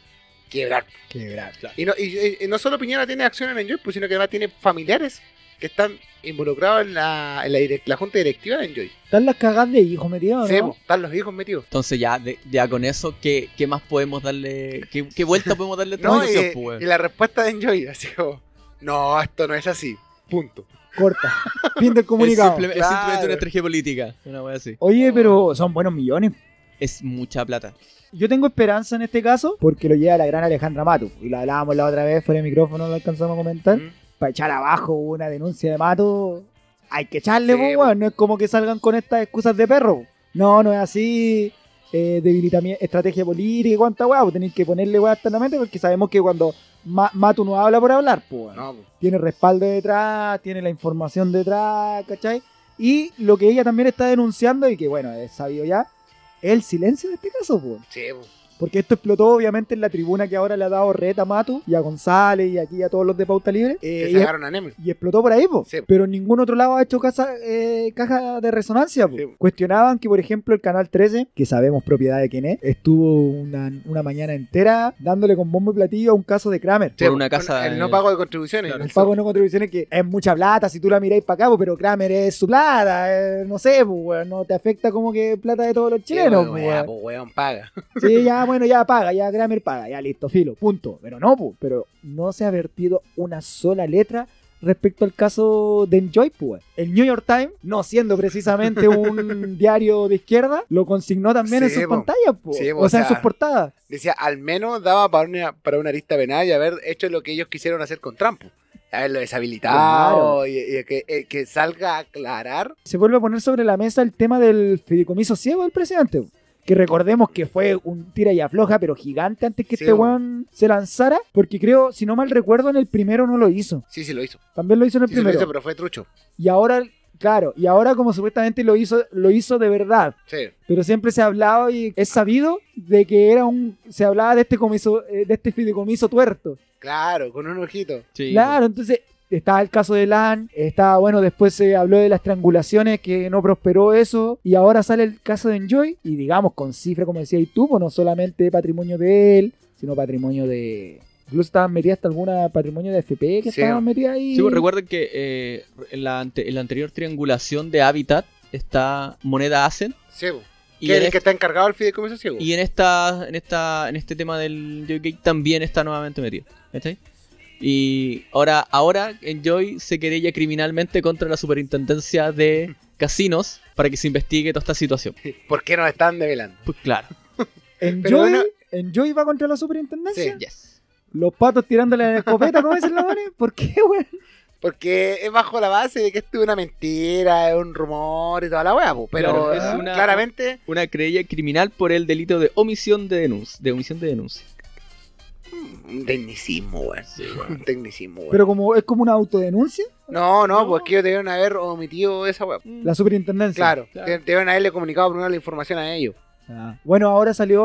Speaker 1: quebrar.
Speaker 2: Quebrar.
Speaker 1: Y no, y- y- y no solo Piñera tiene acciones en Enjoy, pues, sino que además tiene familiares que están involucrados en la, en la, direc- la junta directiva de Enjoy.
Speaker 2: Están las cagadas de hijos metidos,
Speaker 1: Sebo,
Speaker 2: ¿no?
Speaker 1: están los hijos metidos.
Speaker 3: Entonces ya, de- ya con eso, ¿qué, qué más podemos darle? ¿Qué, qué vuelta podemos darle a esta
Speaker 1: No, y,
Speaker 3: situación, po, pues, weón?
Speaker 1: y la respuesta de Enjoy, así como, no, esto no es así. Punto.
Speaker 2: Corta. Fin del
Speaker 3: Es,
Speaker 2: comunicado.
Speaker 3: simple- es
Speaker 1: Claro.
Speaker 3: simplemente una estrategia política, una wea así.
Speaker 2: Oye, pero son buenos millones.
Speaker 3: Es mucha plata.
Speaker 2: Yo tengo esperanza en este caso porque lo lleva la gran Alejandra Mato. Y lo hablábamos la otra vez fuera de micrófono, lo alcanzamos a comentar.
Speaker 1: Mm.
Speaker 2: Para echar abajo una denuncia de Mato, hay que echarle,
Speaker 1: Sí,
Speaker 2: po,
Speaker 1: po.
Speaker 2: weón. No es como que salgan con estas excusas de perro. po. No, no es así. Eh, debilitamiento, estrategia política y cuánta weá. po. Tenéis que ponerle weá externamente porque sabemos que cuando Ma- Mato no habla por hablar, pues
Speaker 1: No, po.
Speaker 2: tiene respaldo detrás, tiene la información detrás, ¿cachai? Y lo que ella también está denunciando, y que bueno, es sabido ya, es el silencio de este caso, po.
Speaker 1: sí, pues, po.
Speaker 2: porque esto explotó obviamente en la tribuna que ahora le ha dado Reta a Matu y a González y aquí a todos los de Pauta Libre.
Speaker 1: Te
Speaker 2: Eh, y,
Speaker 1: sacaron a Neme.
Speaker 2: y explotó por ahí, po.
Speaker 1: Sí.
Speaker 2: pero en ningún otro lado ha hecho casa, eh, caja de resonancia. po.
Speaker 1: Sí.
Speaker 2: Cuestionaban que, por ejemplo, el Canal 13, que sabemos propiedad de quién es, estuvo una, una mañana entera dándole con bombo y platillo a un caso de Kramer.
Speaker 1: Sí, po.
Speaker 3: una casa,
Speaker 1: El
Speaker 3: eh,
Speaker 1: no pago de contribuciones.
Speaker 3: claro.
Speaker 2: El pago de no contribuciones que es mucha plata si tú la miráis para acá, pues, pero Kramer es su plata, eh, no sé, pues, weón, no te afecta como que plata de todos los
Speaker 1: Sí,
Speaker 2: chilenos,
Speaker 1: po,
Speaker 2: pues,
Speaker 1: weá,
Speaker 2: weón.
Speaker 1: po, weón, paga.
Speaker 2: Sí, ya, bueno, ya paga, ya Kramer paga, ya listo, filo, punto. Pero no, pues, pero no se ha vertido una sola letra respecto al caso de Enjoy, pues. weón. El New York Times, no siendo precisamente un diario de izquierda, lo consignó también en
Speaker 1: Sí,
Speaker 2: sus
Speaker 1: po.
Speaker 2: pantallas, pues.
Speaker 1: Sí, po,
Speaker 2: o sea,
Speaker 1: o sea,
Speaker 2: en sus portadas.
Speaker 1: Decía, al menos daba para una, para una arista penal y haber hecho lo que ellos quisieron hacer con Trump. po. Haberlo deshabilitado y, y que, eh, que salga a aclarar.
Speaker 2: se vuelve a poner sobre la mesa el tema del fideicomiso ciego del presidente. Que recordemos que fue un tira y afloja, pero gigante antes que
Speaker 1: Sí,
Speaker 2: este
Speaker 1: bo.
Speaker 2: weón se lanzara. Porque creo, si no mal recuerdo, en el primero no lo hizo.
Speaker 1: Sí, sí lo hizo.
Speaker 2: También lo hizo en el
Speaker 1: Sí, sí lo
Speaker 2: primero.
Speaker 1: hizo, pero fue trucho.
Speaker 2: Y ahora, claro, y ahora como supuestamente lo hizo, lo hizo de verdad.
Speaker 1: Sí.
Speaker 2: Pero siempre se ha hablado y es sabido de que era un. Se hablaba de este comiso, eh, de este fideicomiso tuerto.
Speaker 1: Claro, con un ojito.
Speaker 3: Sí,
Speaker 2: Claro, entonces estaba el caso de Lan, estaba, bueno, después se habló de las triangulaciones que no prosperó eso, y ahora sale el caso de Enjoy, y digamos, con cifras, como decías tú, pues no solamente patrimonio de él, sino patrimonio de... Incluso estaban metidas hasta alguna patrimonio de FP que
Speaker 1: Sí.
Speaker 2: estaban metidas ahí.
Speaker 3: Sí, pues recuerden que eh, en, la ante- en la anterior triangulación de Habitat está moneda ASEN.
Speaker 1: Sí, po.
Speaker 3: Y
Speaker 1: que
Speaker 3: en,
Speaker 1: el
Speaker 3: es-
Speaker 1: que está encargado del fideicomiso ciego.
Speaker 3: y en esta, en esta en este tema del Joygate también está nuevamente metido. ¿cachai? Y ahora, ahora Enjoy se querella criminalmente contra la superintendencia de casinos para que se investigue toda esta situación.
Speaker 1: ¿Por qué nos están develando?
Speaker 3: Pues claro.
Speaker 2: Enjoy,
Speaker 1: Pero bueno-
Speaker 2: Enjoy va contra la superintendencia.
Speaker 1: Sí.
Speaker 3: Yes.
Speaker 2: Los patos tirándole la escopeta, ¿cómo dicen los manes? ¿Por qué, weón?
Speaker 1: Porque es bajo la base de que esto es una mentira, es un rumor y toda la wea, po. Pero
Speaker 3: Claro,
Speaker 2: es
Speaker 1: eh,
Speaker 3: una-
Speaker 1: claramente,
Speaker 3: Una querella criminal por el delito de omisión de denuncia. De omisión de denuncia.
Speaker 1: un tecnicismo, weón. Un tecnicismo, weón.
Speaker 2: Pero como es como una autodenuncia,
Speaker 1: No, no,
Speaker 3: No.
Speaker 1: pues que ellos debieron haber omitido esa wea.
Speaker 2: la superintendencia.
Speaker 1: Claro,
Speaker 3: claro.
Speaker 1: de- debieron haberle comunicado primero la información a ellos.
Speaker 2: Ah. Bueno, ahora salió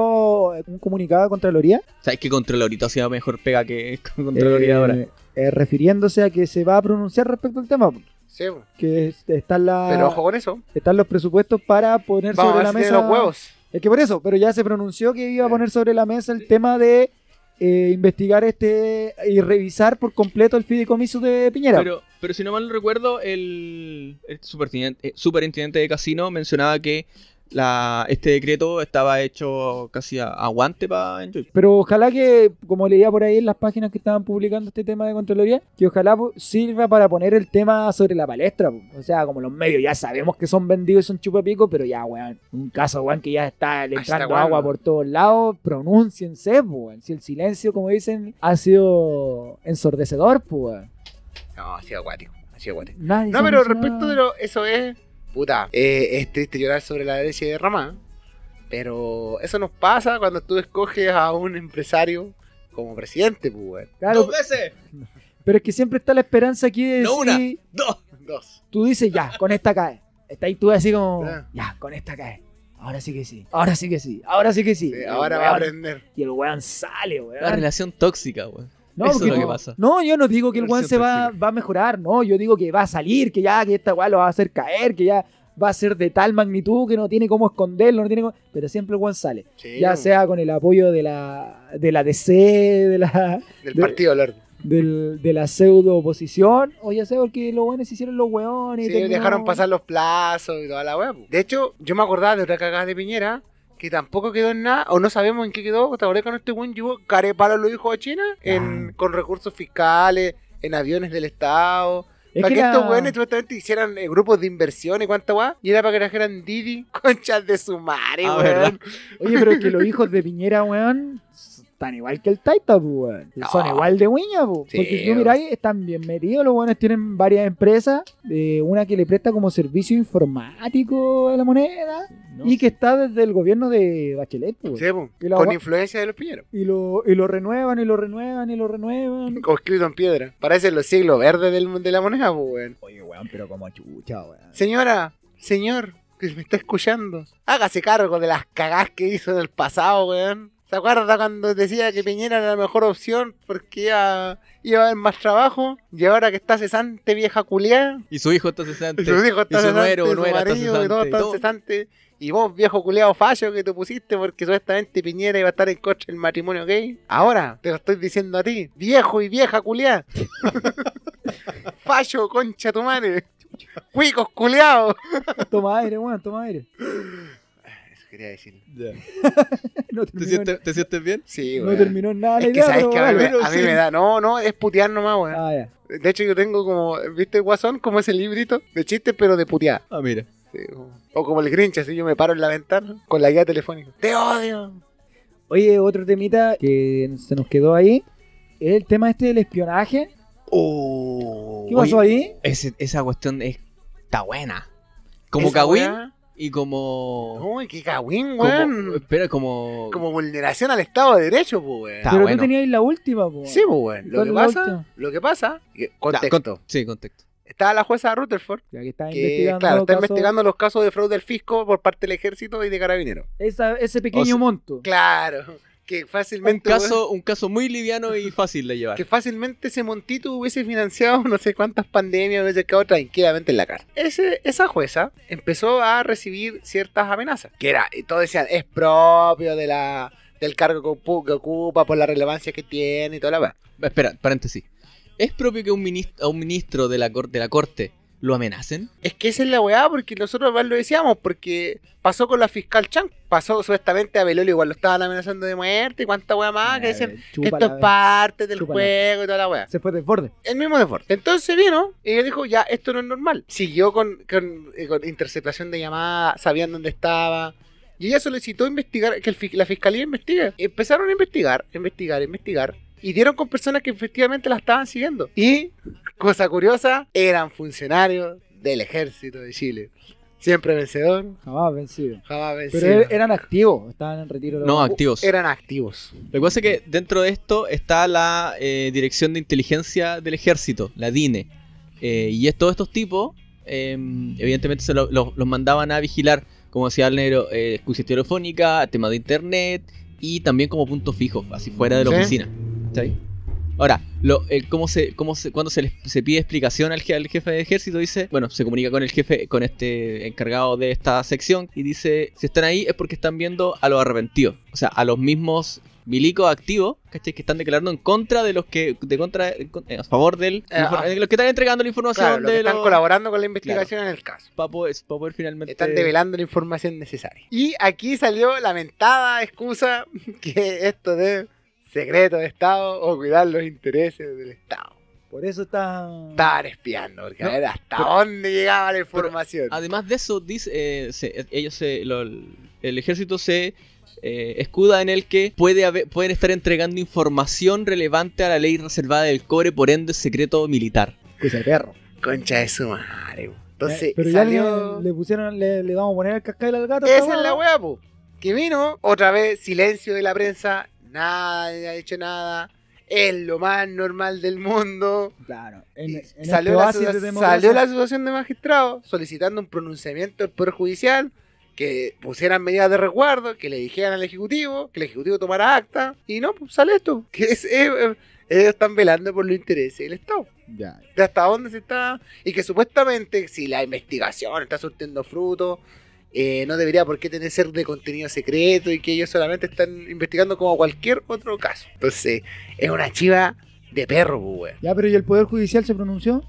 Speaker 2: un comunicado de Contraloría
Speaker 3: ¿Sabes qué Contralorito hacía mejor pega que Contraloría
Speaker 2: Eh,
Speaker 3: ahora?
Speaker 2: eh, refiriéndose a que se va a pronunciar respecto al tema, pues,
Speaker 1: Sí, po.
Speaker 2: que es- están, la-
Speaker 1: pero ojo con eso.
Speaker 2: están los presupuestos para poner
Speaker 1: Vamos a
Speaker 2: Ah.
Speaker 1: ver
Speaker 2: sobre la
Speaker 1: si
Speaker 2: mesa.
Speaker 1: tiene los huevos.
Speaker 2: Es que por eso, pero ya se pronunció que iba a
Speaker 1: Sí.
Speaker 2: poner sobre la mesa el tema de eh, investigar este y revisar por completo el fideicomiso de Piñera.
Speaker 3: Pero, pero si no mal recuerdo, el, el superintendente, eh, superintendente de casino mencionaba que la, este decreto estaba hecho casi a- aguante para Enjoy.
Speaker 2: Pero ojalá que, como leía por ahí en las páginas que estaban publicando este tema de Contraloría, que ojalá po, sirva para poner el tema sobre la palestra. po. O sea, como los medios ya sabemos que son vendidos y son chupapico, pero ya, weón, un caso, weón, que ya está le
Speaker 1: Está
Speaker 2: entrando
Speaker 1: bueno.
Speaker 2: agua por todos lados, pronúnciense, po, weón. Si el silencio, como dicen, ha sido ensordecedor, pues, weón.
Speaker 1: No, ha sido acuático, ha sido acuático.
Speaker 2: Nadie
Speaker 1: No,
Speaker 2: se
Speaker 1: pero
Speaker 2: mencionaba.
Speaker 1: respecto de lo, eso es, puta, eh, es triste llorar sobre la leche de Ramá, pero eso nos pasa cuando tú escoges a un empresario como presidente, pues, weón.
Speaker 2: Claro,
Speaker 3: veces!
Speaker 2: pero es que siempre está la esperanza aquí de
Speaker 3: No una.
Speaker 2: decir-
Speaker 3: ¡Dos!
Speaker 1: Dos.
Speaker 2: Tú dices, ya, con esta cae. Está ahí tú así como,
Speaker 1: Ya.
Speaker 2: ya, con esta cae. Ahora sí que sí. Ahora sí que sí. Ahora sí que sí.
Speaker 1: Sí,
Speaker 2: Y el
Speaker 1: ahora va a
Speaker 2: weón-
Speaker 1: aprender.
Speaker 2: Y el weón sale,
Speaker 3: La
Speaker 2: weón.
Speaker 3: relación tóxica, weón.
Speaker 2: No,
Speaker 3: Eso es
Speaker 2: porque
Speaker 3: lo que
Speaker 2: no-
Speaker 3: pasa.
Speaker 2: No, yo no digo que el
Speaker 3: Una
Speaker 2: weón se
Speaker 3: versión
Speaker 2: va,
Speaker 3: tóxica.
Speaker 2: va a mejorar, no, yo digo que va a salir, que ya que esta weá lo va a hacer caer, que ya va a ser de tal magnitud que no tiene cómo esconderlo, no tiene cómo- Pero siempre el weón sale.
Speaker 1: Sí, pues,
Speaker 2: Ya
Speaker 1: no,
Speaker 2: sea con el apoyo de la, de la DC, de la,
Speaker 1: Del
Speaker 2: de-
Speaker 1: partido, Lord.
Speaker 2: del- de la pseudo oposición, o ya sea porque los weones se hicieron los weones. y
Speaker 1: Sí,
Speaker 2: terminaron-
Speaker 1: dejaron pasar los plazos y toda la web. De hecho, yo me acordaba de otra cagada de Piñera que tampoco quedó en nada, o no sabemos en qué quedó. ¿Te acordás cuando este buen llevó carepalo lo dijo a China? En, Con recursos fiscales, en aviones del Estado.
Speaker 2: Es
Speaker 1: para
Speaker 2: que
Speaker 1: que,
Speaker 2: la-
Speaker 1: estos weones supuestamente hicieran eh, grupos de inversión y cuánta guay. Y era para que trajeran Didi, conchas de su madre,
Speaker 3: Ah,
Speaker 1: weón.
Speaker 3: ¿verdad?
Speaker 2: Oye, pero es que los hijos de Piñera, weón, están igual que el Taita, pues, weón. Son
Speaker 1: No.
Speaker 2: igual de uña, pues.
Speaker 1: Sí,
Speaker 2: Porque si tú
Speaker 1: weón.
Speaker 2: miráis, están bien metidos. Los weones tienen varias empresas. eh, una que le presta como servicio informático a la moneda.
Speaker 3: No.
Speaker 2: Y que está desde el gobierno de Bachelet, pues.
Speaker 1: Sí, po,
Speaker 2: Y la
Speaker 1: con
Speaker 2: gua-
Speaker 1: influencia de los Piñeros.
Speaker 2: Y lo, y lo renuevan, y lo renuevan, y lo renuevan.
Speaker 1: Como escrito en piedra. Parecen los siglos verdes del, de la moneda, po, weón.
Speaker 2: Oye, weón, pero como chucha, weón.
Speaker 1: Señora, señor, que me está escuchando, hágase cargo de las cagadas que hizo en el pasado, weón. ¿Se acuerda cuando decía que Piñera era la mejor opción porque iba, iba a haber más trabajo? Y ahora que está cesante, vieja culiá,
Speaker 3: Y su hijo está cesante.
Speaker 1: y sus hijos
Speaker 3: y
Speaker 1: están
Speaker 3: su
Speaker 1: cesantes,
Speaker 3: nuero,
Speaker 1: y su
Speaker 3: nuera está
Speaker 1: marido, y todos
Speaker 3: cesante, y
Speaker 1: están
Speaker 3: todo.
Speaker 1: cesantes. Y vos, viejo culeado fallo que te pusiste porque supuestamente Piñera iba a estar en contra del matrimonio gay. Ahora te lo estoy diciendo a ti, viejo y vieja culeada. fallo, concha tu madre. Cuicos culeados.
Speaker 2: Toma aire, weón, toma aire.
Speaker 1: Eso quería decir.
Speaker 2: No terminó,
Speaker 3: ¿Te,
Speaker 2: en-
Speaker 3: sientes, ¿Te sientes bien?
Speaker 1: Sí,
Speaker 2: no
Speaker 1: weón.
Speaker 2: terminó en nada la
Speaker 1: Es que
Speaker 2: idea,
Speaker 1: sabes
Speaker 2: pero
Speaker 1: que a mí, me-
Speaker 2: bueno.
Speaker 1: a mí me da. No, no, es putear nomás, weón.
Speaker 2: Ah, ya.
Speaker 1: De hecho, yo tengo como, ¿viste Guasón? Como ese librito de chistes, pero de putear.
Speaker 3: Ah, mira.
Speaker 1: Sí, o- o como el Grinch, así yo me paro en la ventana con la guía telefónica. ¡Te odio!
Speaker 2: Oye, otro temita que se nos quedó ahí. es El tema este del espionaje.
Speaker 3: Oh,
Speaker 2: ¿Qué pasó ahí?
Speaker 3: Ese- esa cuestión es- está buena. Como
Speaker 1: Esa
Speaker 3: Kawin
Speaker 1: weá.
Speaker 3: y como.
Speaker 1: Uy, qué cagüín,
Speaker 3: como-
Speaker 1: weón.
Speaker 3: espera, como.
Speaker 1: Como vulneración al Estado de Derecho, pues, weón.
Speaker 3: Está
Speaker 2: Pero
Speaker 3: bueno.
Speaker 2: tú tenías la última, po.
Speaker 1: Sí, pues, weón. Lo
Speaker 2: ¿Cuál
Speaker 1: que
Speaker 2: es la
Speaker 1: pasa,
Speaker 2: última?
Speaker 1: lo que pasa, que-
Speaker 3: Ya,
Speaker 1: contexto.
Speaker 3: con- sí, contexto.
Speaker 1: Estaba la jueza Rutherford,
Speaker 2: Ya que estaba
Speaker 1: que,
Speaker 2: investigando.
Speaker 1: claro, está
Speaker 2: casos-
Speaker 1: investigando los casos de fraude al fisco por parte del ejército y de carabineros.
Speaker 2: esa- ese pequeño
Speaker 3: O sea,
Speaker 2: monto.
Speaker 1: Claro, que
Speaker 3: Un
Speaker 1: fácilmente. weón,
Speaker 3: caso, un caso muy liviano y fácil de llevar.
Speaker 1: que fácilmente ese montito hubiese financiado no sé cuántas pandemias, hubiese quedado tranquilamente en la cárcel. Ese, esa jueza empezó a recibir ciertas amenazas, que era, y todos decían, es propio de la, del cargo que ocu- que ocupa, por la relevancia que tiene y toda la weá.
Speaker 3: Espera, paréntesis. ¿Es propio que un ministro, a un ministro de la, cor- de la corte lo amenacen?
Speaker 1: Es que esa es la weá, porque nosotros igual lo decíamos, porque pasó con la fiscal Chan, pasó supuestamente a Belolio, igual lo estaban amenazando de muerte y cuánta weá más, Ah, que
Speaker 2: Ya,
Speaker 1: decían, que
Speaker 2: chúpala,
Speaker 1: esto es parte del
Speaker 2: chúpala.
Speaker 1: juego y toda la weá.
Speaker 2: Se fue del borde.
Speaker 1: El mismo de Ford. Entonces vino y él dijo, ya, esto no es normal. Siguió con, con, eh, con interceptación de llamadas, sabían dónde estaba. Y ella solicitó investigar, que el fi- la fiscalía investigue. Empezaron a investigar, investigar, investigar. Y dieron con personas que efectivamente la estaban siguiendo. Y, cosa curiosa, eran funcionarios del ejército de Chile. Siempre vencedor,
Speaker 2: Jamás vencido.
Speaker 1: jamás
Speaker 2: Pero
Speaker 1: vencido.
Speaker 2: er- eran activos. Estaban en retiro.
Speaker 3: No, activos.
Speaker 1: Eran activos.
Speaker 3: Lo que pasa es que dentro de esto está la eh, Dirección de Inteligencia del Ejército, la DINE. Eh, y es- todos estos tipos, eh, evidentemente, se lo- lo- los mandaban a vigilar, como decía el negro, eh, escucha telefónica, tema de internet y también como punto fijo, así fuera de la
Speaker 1: Sí.
Speaker 3: oficina. ¿cachai? Ahora, lo, el cómo se, cómo se, cuando se, les, se pide explicación al, je- al jefe de ejército, dice, bueno, se comunica con el jefe, con este encargado de esta sección, y dice, si están ahí es porque están viendo a los arrepentidos, o sea, a los mismos milicos activos, ¿cachai? Que están declarando en contra de los que, de contra, en con- eh, a favor del,
Speaker 1: Eh,
Speaker 3: infor-
Speaker 1: ah.
Speaker 3: eh, los que están entregando la información
Speaker 1: Claro, los
Speaker 3: de
Speaker 1: que están
Speaker 3: los-
Speaker 1: colaborando con la investigación en el caso.
Speaker 3: para poder, para poder finalmente...
Speaker 1: Están develando la información necesaria. Y aquí salió la mentada excusa que esto de secreto de Estado o cuidar los intereses del Estado.
Speaker 2: Por eso está.
Speaker 1: Estaban espiando, porque a
Speaker 3: No,
Speaker 1: ver hasta
Speaker 3: pero-
Speaker 1: dónde llegaba la información.
Speaker 3: Además de eso, dice, eh, se- ellos se- lo- el ejército se eh, escuda en el que puede haber- pueden estar entregando información relevante a la ley reservada del cobre, por ende secreto militar.
Speaker 2: Cosa de perro.
Speaker 1: Concha de su madre. po.
Speaker 2: Eh,
Speaker 1: Entonces
Speaker 2: pero ya
Speaker 1: salió...
Speaker 2: le, le pusieron. Le, le vamos a poner el cascabel al gato.
Speaker 1: Esa
Speaker 2: esta
Speaker 1: es la
Speaker 2: weá.
Speaker 1: wea, po. Que vino, otra vez, silencio de la prensa, nadie ha dicho nada. es lo más normal del mundo.
Speaker 2: Claro. En,
Speaker 1: Y
Speaker 2: en
Speaker 1: salió,
Speaker 2: este
Speaker 1: la,
Speaker 2: oasis de
Speaker 1: aso-
Speaker 2: democracia-
Speaker 1: salió la asociación de magistrados solicitando un pronunciamiento del Poder Judicial, que pusieran medidas de resguardo, que le dijeran al Ejecutivo, que el Ejecutivo tomara acta, y no, pues sale esto, que es, eh, eh, ellos están velando por los intereses del Estado.
Speaker 2: Ya.
Speaker 1: De hasta dónde se está, y que supuestamente si la investigación está surtiendo frutos, eh, no debería por qué tener ser de contenido secreto y que ellos solamente están investigando como cualquier otro caso. Entonces, es una chiva de perro, pues, weón.
Speaker 2: Ya, pero ¿y el Poder Judicial se pronunció?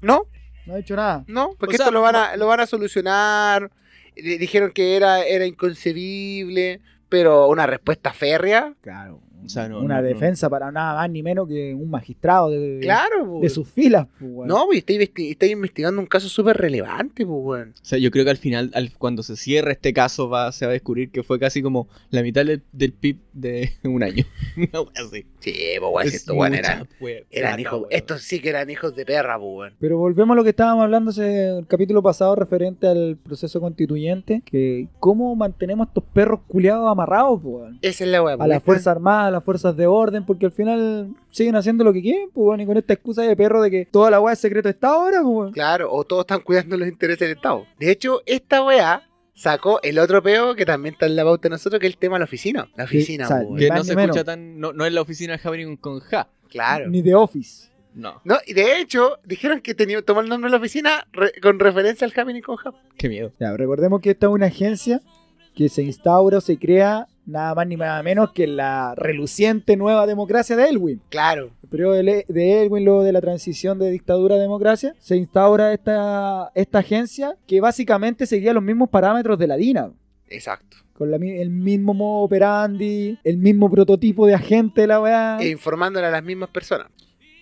Speaker 1: ¿No?
Speaker 2: No ha dicho nada.
Speaker 1: No, porque
Speaker 3: O sea,
Speaker 1: esto lo van a, lo van a solucionar. Di- Dijeron que era, era inconcebible, pero una respuesta férrea.
Speaker 2: Claro.
Speaker 3: O sea, no,
Speaker 2: una
Speaker 3: no, no.
Speaker 2: defensa para nada más ni menos que un magistrado de,
Speaker 1: Claro,
Speaker 2: de
Speaker 1: pues.
Speaker 2: sus filas. pues, weón.
Speaker 1: No, pues está, investi- está investigando un caso súper relevante, pues, weón.
Speaker 3: O sea, yo creo que al final, al- cuando se cierre este caso, va, se va a descubrir que fue casi como la mitad del, del PIB de un año. Una wea así.
Speaker 1: Sí, pues, weón, si
Speaker 3: Es
Speaker 1: estos weón
Speaker 3: mucha
Speaker 1: eran,
Speaker 3: wea-
Speaker 1: eran
Speaker 3: plata,
Speaker 1: hijos,
Speaker 3: weón.
Speaker 1: estos sí que eran hijos de perra, pues, weón.
Speaker 2: Pero volvemos a lo que estábamos hablando en el capítulo pasado referente al proceso constituyente, que cómo mantenemos a estos perros culiados amarrados, pues, weón.
Speaker 1: Esa es la pues, weón.
Speaker 2: a las Fuerzas Armadas, a las Fuerzas de Orden, porque al final siguen haciendo lo que quieren, pues, weón, y con esta excusa de perro de que toda la weá es secreto está ahora, pues, weón.
Speaker 1: Claro, o todos están cuidando los intereses del Estado. De hecho, esta weá sacó el otro peo que también está en la pauta de nosotros, que es el tema de la oficina. La
Speaker 2: Sí,
Speaker 1: oficina,
Speaker 2: o sea,
Speaker 1: pues, weón.
Speaker 3: Que
Speaker 2: más
Speaker 3: no
Speaker 2: ni
Speaker 3: se
Speaker 2: menos.
Speaker 3: escucha tan. No, no es la oficina de Javier con- con Ja.
Speaker 1: Claro.
Speaker 2: Ni de Office.
Speaker 3: No.
Speaker 1: No, y de hecho, dijeron que tenía, tomó el nombre de la oficina re- con referencia al Gemini con Hub.
Speaker 3: Qué miedo.
Speaker 2: Ya, recordemos que esta es una agencia que se instaura o se crea nada más ni nada menos que la reluciente nueva democracia de Elwin.
Speaker 1: Claro.
Speaker 2: El periodo de Le- de Elwin, luego de la transición de dictadura a democracia, se instaura esta, esta agencia que básicamente seguía los mismos parámetros de la DINA.
Speaker 1: Exacto.
Speaker 2: Con la mi- el mismo modo operandi, el mismo prototipo de agente de la weá.
Speaker 1: E informándole a las mismas personas.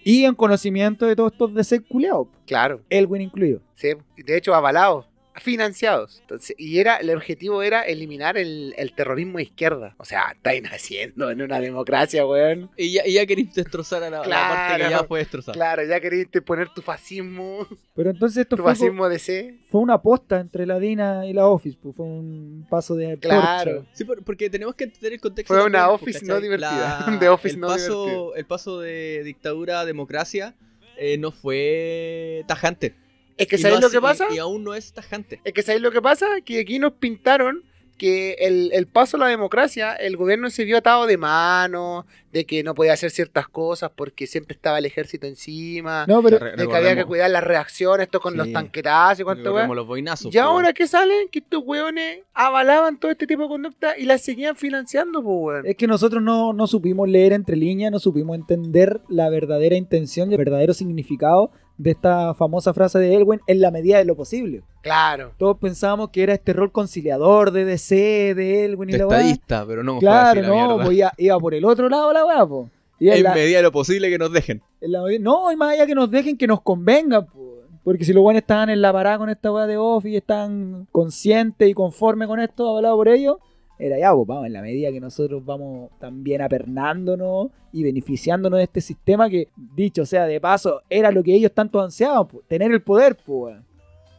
Speaker 2: Y en conocimiento de todos estos desesculeados,
Speaker 1: Claro.
Speaker 2: Elwin incluido.
Speaker 1: Sí. Y De hecho, avalados, financiados. Entonces, y era, el objetivo era eliminar el, el terrorismo de izquierda. O sea, estáis naciendo en una democracia, weón.
Speaker 3: Y ya, y ya queréis destrozar a la, la parte que
Speaker 1: Claro.
Speaker 3: ya fue destrozada.
Speaker 1: Claro, ya queriste poner tu fascismo,
Speaker 2: Pero entonces esto
Speaker 1: tu
Speaker 2: fue, co-
Speaker 1: fascismo de C.
Speaker 2: fue una aposta entre la DINA y la Office, pues, fue un paso de
Speaker 1: Claro.
Speaker 2: torcha.
Speaker 3: Sí, por- porque tenemos que entender el contexto.
Speaker 1: Fue una
Speaker 3: pues,
Speaker 1: office
Speaker 3: ¿cachai?
Speaker 1: no divertida, de office
Speaker 3: el
Speaker 1: no
Speaker 3: paso,
Speaker 1: divertido.
Speaker 3: El paso de dictadura a democracia eh, no fue tajante.
Speaker 1: Es que
Speaker 3: Y
Speaker 1: ¿sabéis
Speaker 3: no
Speaker 1: lo que
Speaker 3: hace-
Speaker 1: pasa?
Speaker 3: Y, y aún no es tajante.
Speaker 1: Es que ¿sabéis lo que pasa? Que aquí nos pintaron que el, el paso a la democracia, el gobierno se vio atado de mano, de que no podía hacer ciertas cosas porque siempre estaba el ejército encima,
Speaker 2: No, pero
Speaker 1: de que había que cuidar las reacciones, esto con
Speaker 3: Sí.
Speaker 1: los tanquetazos y cuánto
Speaker 3: Recordemos
Speaker 1: weón.
Speaker 3: los boinazos.
Speaker 1: Y
Speaker 3: pues,
Speaker 1: ahora que salen, que estos weones avalaban todo este tipo de conducta y las seguían financiando, pues weón.
Speaker 2: es que nosotros no, no supimos leer entre líneas, no supimos entender la verdadera intención y el verdadero significado de esta famosa frase de Elwin en la medida de lo posible.
Speaker 1: Claro.
Speaker 2: Todos pensábamos que era este rol conciliador de DC, de Elwin y la weá.
Speaker 3: estadista, pero no. fue
Speaker 2: Claro,
Speaker 3: así la
Speaker 2: no,
Speaker 3: mierda.
Speaker 2: pues iba, iba por el otro lado la weá, po. Y en
Speaker 3: En
Speaker 2: la-
Speaker 3: medida de lo posible que nos dejen.
Speaker 2: en la- no, y más allá que nos dejen que nos convenga, po. Porque si los buenos estaban en la parada con esta weá de Office y están conscientes y conformes con esto, hablado por ellos, era ya, pues vamos, en la medida que nosotros vamos también apernándonos y beneficiándonos de este sistema que, dicho sea de paso, era lo que ellos tanto ansiaban, po, tener el poder, pues.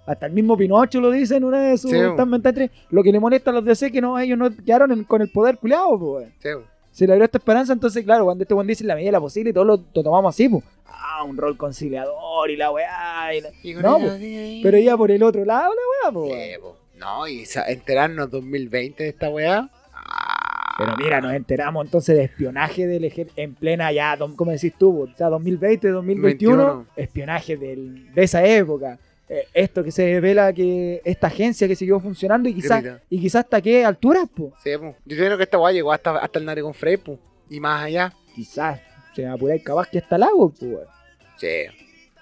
Speaker 2: Hasta el mismo Pinocho lo dice en una de sus
Speaker 1: Sí, po.
Speaker 2: estas mentalidades, Lo que le molesta a los DC es que no, ellos no quedaron en- con el poder culiado, pues
Speaker 1: Sí, weón.
Speaker 2: se le abrió esta esperanza, entonces, claro, cuando este buen dice en la medida de la posible y todo lo, lo tomamos así, pues. Ah, un rol conciliador y la weá. y la-
Speaker 1: Y con
Speaker 2: No,
Speaker 1: el-
Speaker 2: po. Pero ya por el otro lado la weá, pues.
Speaker 1: Sí, po. No, y sa- enterarnos 2020 de esta weá. Ah,
Speaker 2: Pero mira, nos enteramos entonces de espionaje del ejército en plena ya, dom- ¿cómo decís tú? po? O sea, 2020, 2021,
Speaker 1: 21.
Speaker 2: espionaje del- de esa época. Eh, esto que se revela que esta agencia que siguió funcionando y quizás,
Speaker 1: mira.
Speaker 2: y quizás hasta qué alturas, pues.
Speaker 1: sí, po. Yo creo que esta weá llegó hasta, hasta el narigón Frey, po. Y más allá.
Speaker 2: Quizás se va a apurar capaz que hasta el agua, pues.
Speaker 1: Sí.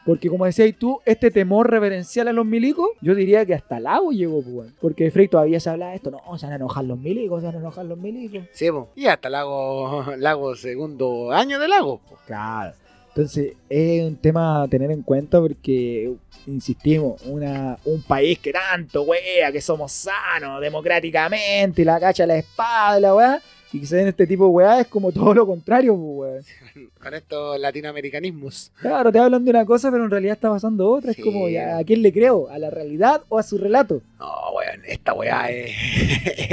Speaker 2: Porque como decías tú, este temor reverencial a los milicos, yo diría que hasta Lago llegó, pues, weón. Porque de Frey todavía se hablaba de esto, no, se van a enojar los milicos, se van a enojar los milicos.
Speaker 1: Sí, po. y hasta Lago, Lago segundo año de Lago. po.
Speaker 2: Pues, Claro. Entonces, es un tema a tener en cuenta porque, insistimos, una, un país que tanto, wea, que somos sanos democráticamente, y la cacha a la espada, y la weá, y que se den este tipo de weá es como todo lo contrario, pues, weón.
Speaker 1: Con estos latinoamericanismos.
Speaker 2: Claro, te hablan de una cosa, pero en realidad está pasando otra.
Speaker 1: Sí.
Speaker 2: Es como, ya, ¿a quién le creo? ¿A la realidad o a su relato?
Speaker 1: No, weón, esta weá es,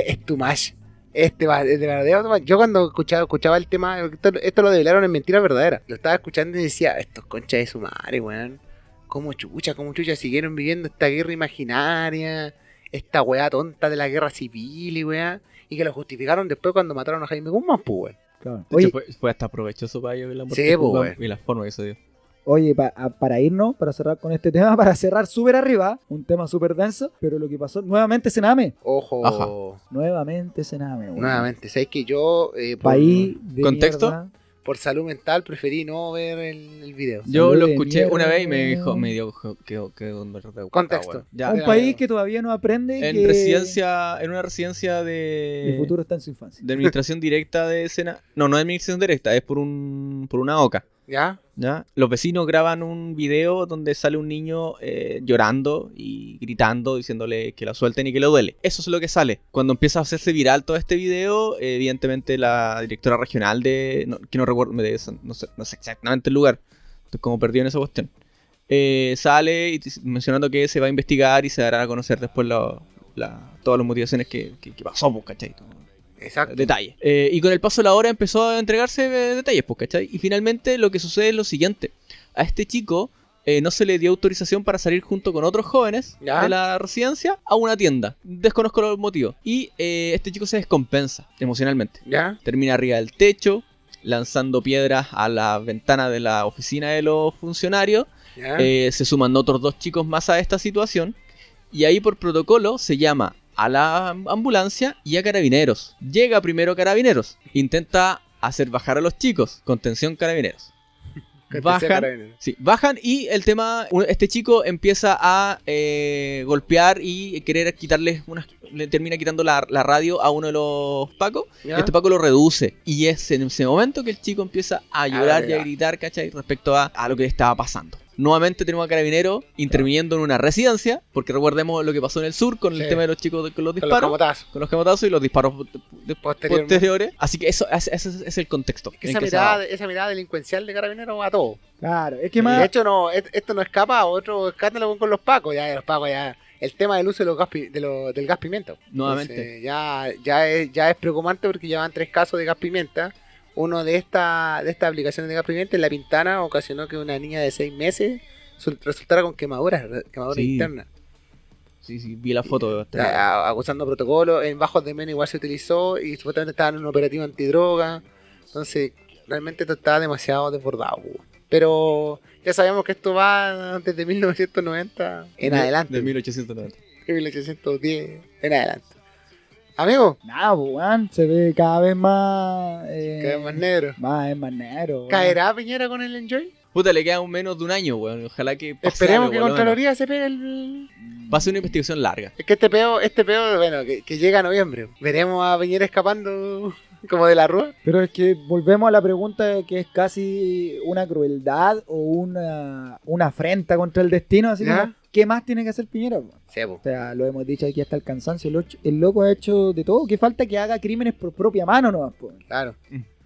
Speaker 1: es too much. Este va, de verdadero, toma. yo cuando escuchaba, escuchaba el tema, esto, esto lo develaron en mentira verdadera. Lo estaba escuchando y decía, estos conchas de su madre, weón. Cómo chucha, cómo chucha siguieron viviendo esta guerra imaginaria, esta weá tonta de la guerra civil y weá. Y que lo justificaron después cuando mataron a Jaime Guzmán, pues weón.
Speaker 2: Claro.
Speaker 3: De hecho,
Speaker 2: Oye,
Speaker 3: fue, fue hasta provechoso para ellos la
Speaker 1: Sí,
Speaker 3: muerte de
Speaker 1: po,
Speaker 3: Guzmán
Speaker 1: weón.
Speaker 3: y la forma que se dio.
Speaker 2: Oye, pa- a- para irnos, para cerrar con este tema, para cerrar súper arriba, un tema súper denso, pero lo que pasó, nuevamente Sename,
Speaker 1: Ojo,
Speaker 3: Ajá.
Speaker 2: nuevamente Sename, weón.
Speaker 1: nuevamente, ¿sabes que yo, eh, por,
Speaker 2: País de
Speaker 3: ¿Contexto?
Speaker 2: mierda.
Speaker 1: por salud mental, preferí no ver el, el video?
Speaker 3: Yo
Speaker 2: Salud
Speaker 3: lo
Speaker 2: de
Speaker 3: escuché
Speaker 2: mierda,
Speaker 3: una vez y me
Speaker 2: weón.
Speaker 3: dijo, me dio que que que-
Speaker 1: Contexto.
Speaker 3: weón. Ya.
Speaker 2: un
Speaker 1: ya,
Speaker 2: país
Speaker 1: ya.
Speaker 2: que todavía no aprende
Speaker 3: En
Speaker 2: que
Speaker 3: residencia, en una residencia
Speaker 2: el
Speaker 3: de
Speaker 2: futuro está en su infancia.
Speaker 3: de administración directa de escena. No, no es administración directa, es por un por una oca.
Speaker 1: ¿Ya?
Speaker 3: ¿ya? Los vecinos graban un video donde sale un niño eh, llorando y gritando, diciéndole que la suelten y que le duele. Eso es lo que sale. Cuando empieza a hacerse viral todo este video, eh, evidentemente la directora regional de. no- que no recuerdo, de San- no, sé, no sé exactamente el lugar. Estoy como perdido en esa cuestión. Eh, sale y dice- mencionando que se va a investigar y se darán a conocer después la- la- todas las motivaciones que, que, que pasó, pues, ¿cachai?
Speaker 1: Exacto.
Speaker 3: detalles. Eh, y con el paso de la hora empezó a entregarse eh, detalles, pues, ¿cachai? Y finalmente lo que sucede es lo siguiente. A este chico eh, no se le dio autorización para salir junto con otros jóvenes
Speaker 1: Ya.
Speaker 3: de la residencia a una tienda. Desconozco los motivos. Y eh, este chico se descompensa emocionalmente.
Speaker 1: ¿Ya?
Speaker 3: Termina arriba del techo, lanzando piedras a la ventana de la oficina de los funcionarios.
Speaker 1: ¿Ya?
Speaker 3: Eh, se suman otros dos chicos más a esta situación. Y ahí por protocolo se llama a la am- ambulancia y a carabineros. Llega primero carabineros. Intenta hacer bajar a los chicos. Contención carabineros.
Speaker 1: Que empecé
Speaker 3: bajan.
Speaker 1: para venir.
Speaker 3: Sí, bajan y el tema, u- este chico empieza a eh, golpear y querer quitarles unas... Le termina quitando la, la radio a uno de los Pacos.
Speaker 1: ¿Ya?
Speaker 3: Este Paco lo reduce. Y es en ese momento que el chico empieza
Speaker 1: Ah,
Speaker 3: a llorar y a
Speaker 1: verdad.
Speaker 3: gritar, ¿cachai? Respecto a, a lo que le estaba pasando. Nuevamente tenemos a Carabinero interviniendo en una residencia, porque recordemos lo que pasó en el sur con el
Speaker 1: Sí.
Speaker 3: tema de los chicos de- con los
Speaker 1: Con los
Speaker 3: disparos,
Speaker 1: camotazos.
Speaker 3: con los camotazos y los disparos de-
Speaker 1: Posteriormente.
Speaker 3: posteriores. Así que eso ese- ese es, el contexto.
Speaker 1: Es que
Speaker 3: en
Speaker 1: esa,
Speaker 3: que se
Speaker 1: mirada,
Speaker 3: daba.
Speaker 1: esa mirada delincuencial de carabinero va a todo.
Speaker 2: Claro, es que
Speaker 3: Ah.
Speaker 1: De
Speaker 2: más
Speaker 1: hecho, no, et- esto no escapa a otro escándalo con los pacos. Ya, los pacos, ya. El tema del uso de los gas pi- de lo- del gas pimienta.
Speaker 3: Nuevamente.
Speaker 1: Entonces, ya, ya, es, ya es preocupante porque ya van tres casos de gas pimienta. Uno de esta de estas aplicaciones de gas pimienta en La Pintana ocasionó que una niña de seis meses su- resultara con quemaduras, re- quemaduras
Speaker 3: Sí.
Speaker 1: internas.
Speaker 3: Sí, sí, vi la foto. este
Speaker 1: O sea, Eh, a- acusando protocolo, en Bajos de Mena igual se utilizó y supuestamente estaban en un operativo antidroga. Entonces, realmente esto está demasiado desbordado. pú. Pero ya sabemos que esto va desde 1990 en
Speaker 3: De-
Speaker 1: adelante.
Speaker 3: De 1890.
Speaker 1: 1810 en adelante. Amigo,
Speaker 2: nada, po, weón, se ve cada vez más eh,
Speaker 1: que es más negro.
Speaker 2: más es más negro, weón.
Speaker 1: ¿Caerá Piñera con el Enjoy?
Speaker 3: Puta, le queda un menos de un año, weón. Ojalá que pase
Speaker 1: Esperemos
Speaker 3: algo,
Speaker 1: que
Speaker 3: por lo menos.
Speaker 1: Contraloría se pegue el...
Speaker 2: Mm.
Speaker 3: Va a ser una investigación larga.
Speaker 1: Es que este peo, este peo, bueno, que, que llega a noviembre. Veremos a Piñera escapando como de la rúa.
Speaker 2: Pero es que volvemos a la pregunta que es casi una crueldad o una, una afrenta contra el destino. Así
Speaker 1: Ya.
Speaker 2: como, ¿qué más tiene que hacer Piñera? po?
Speaker 1: Se, pú.
Speaker 2: O sea, lo hemos dicho aquí hasta el cansancio. El, ocho- el loco ha hecho de todo. ¿Qué falta que haga crímenes por propia mano nomás? po?
Speaker 1: claro.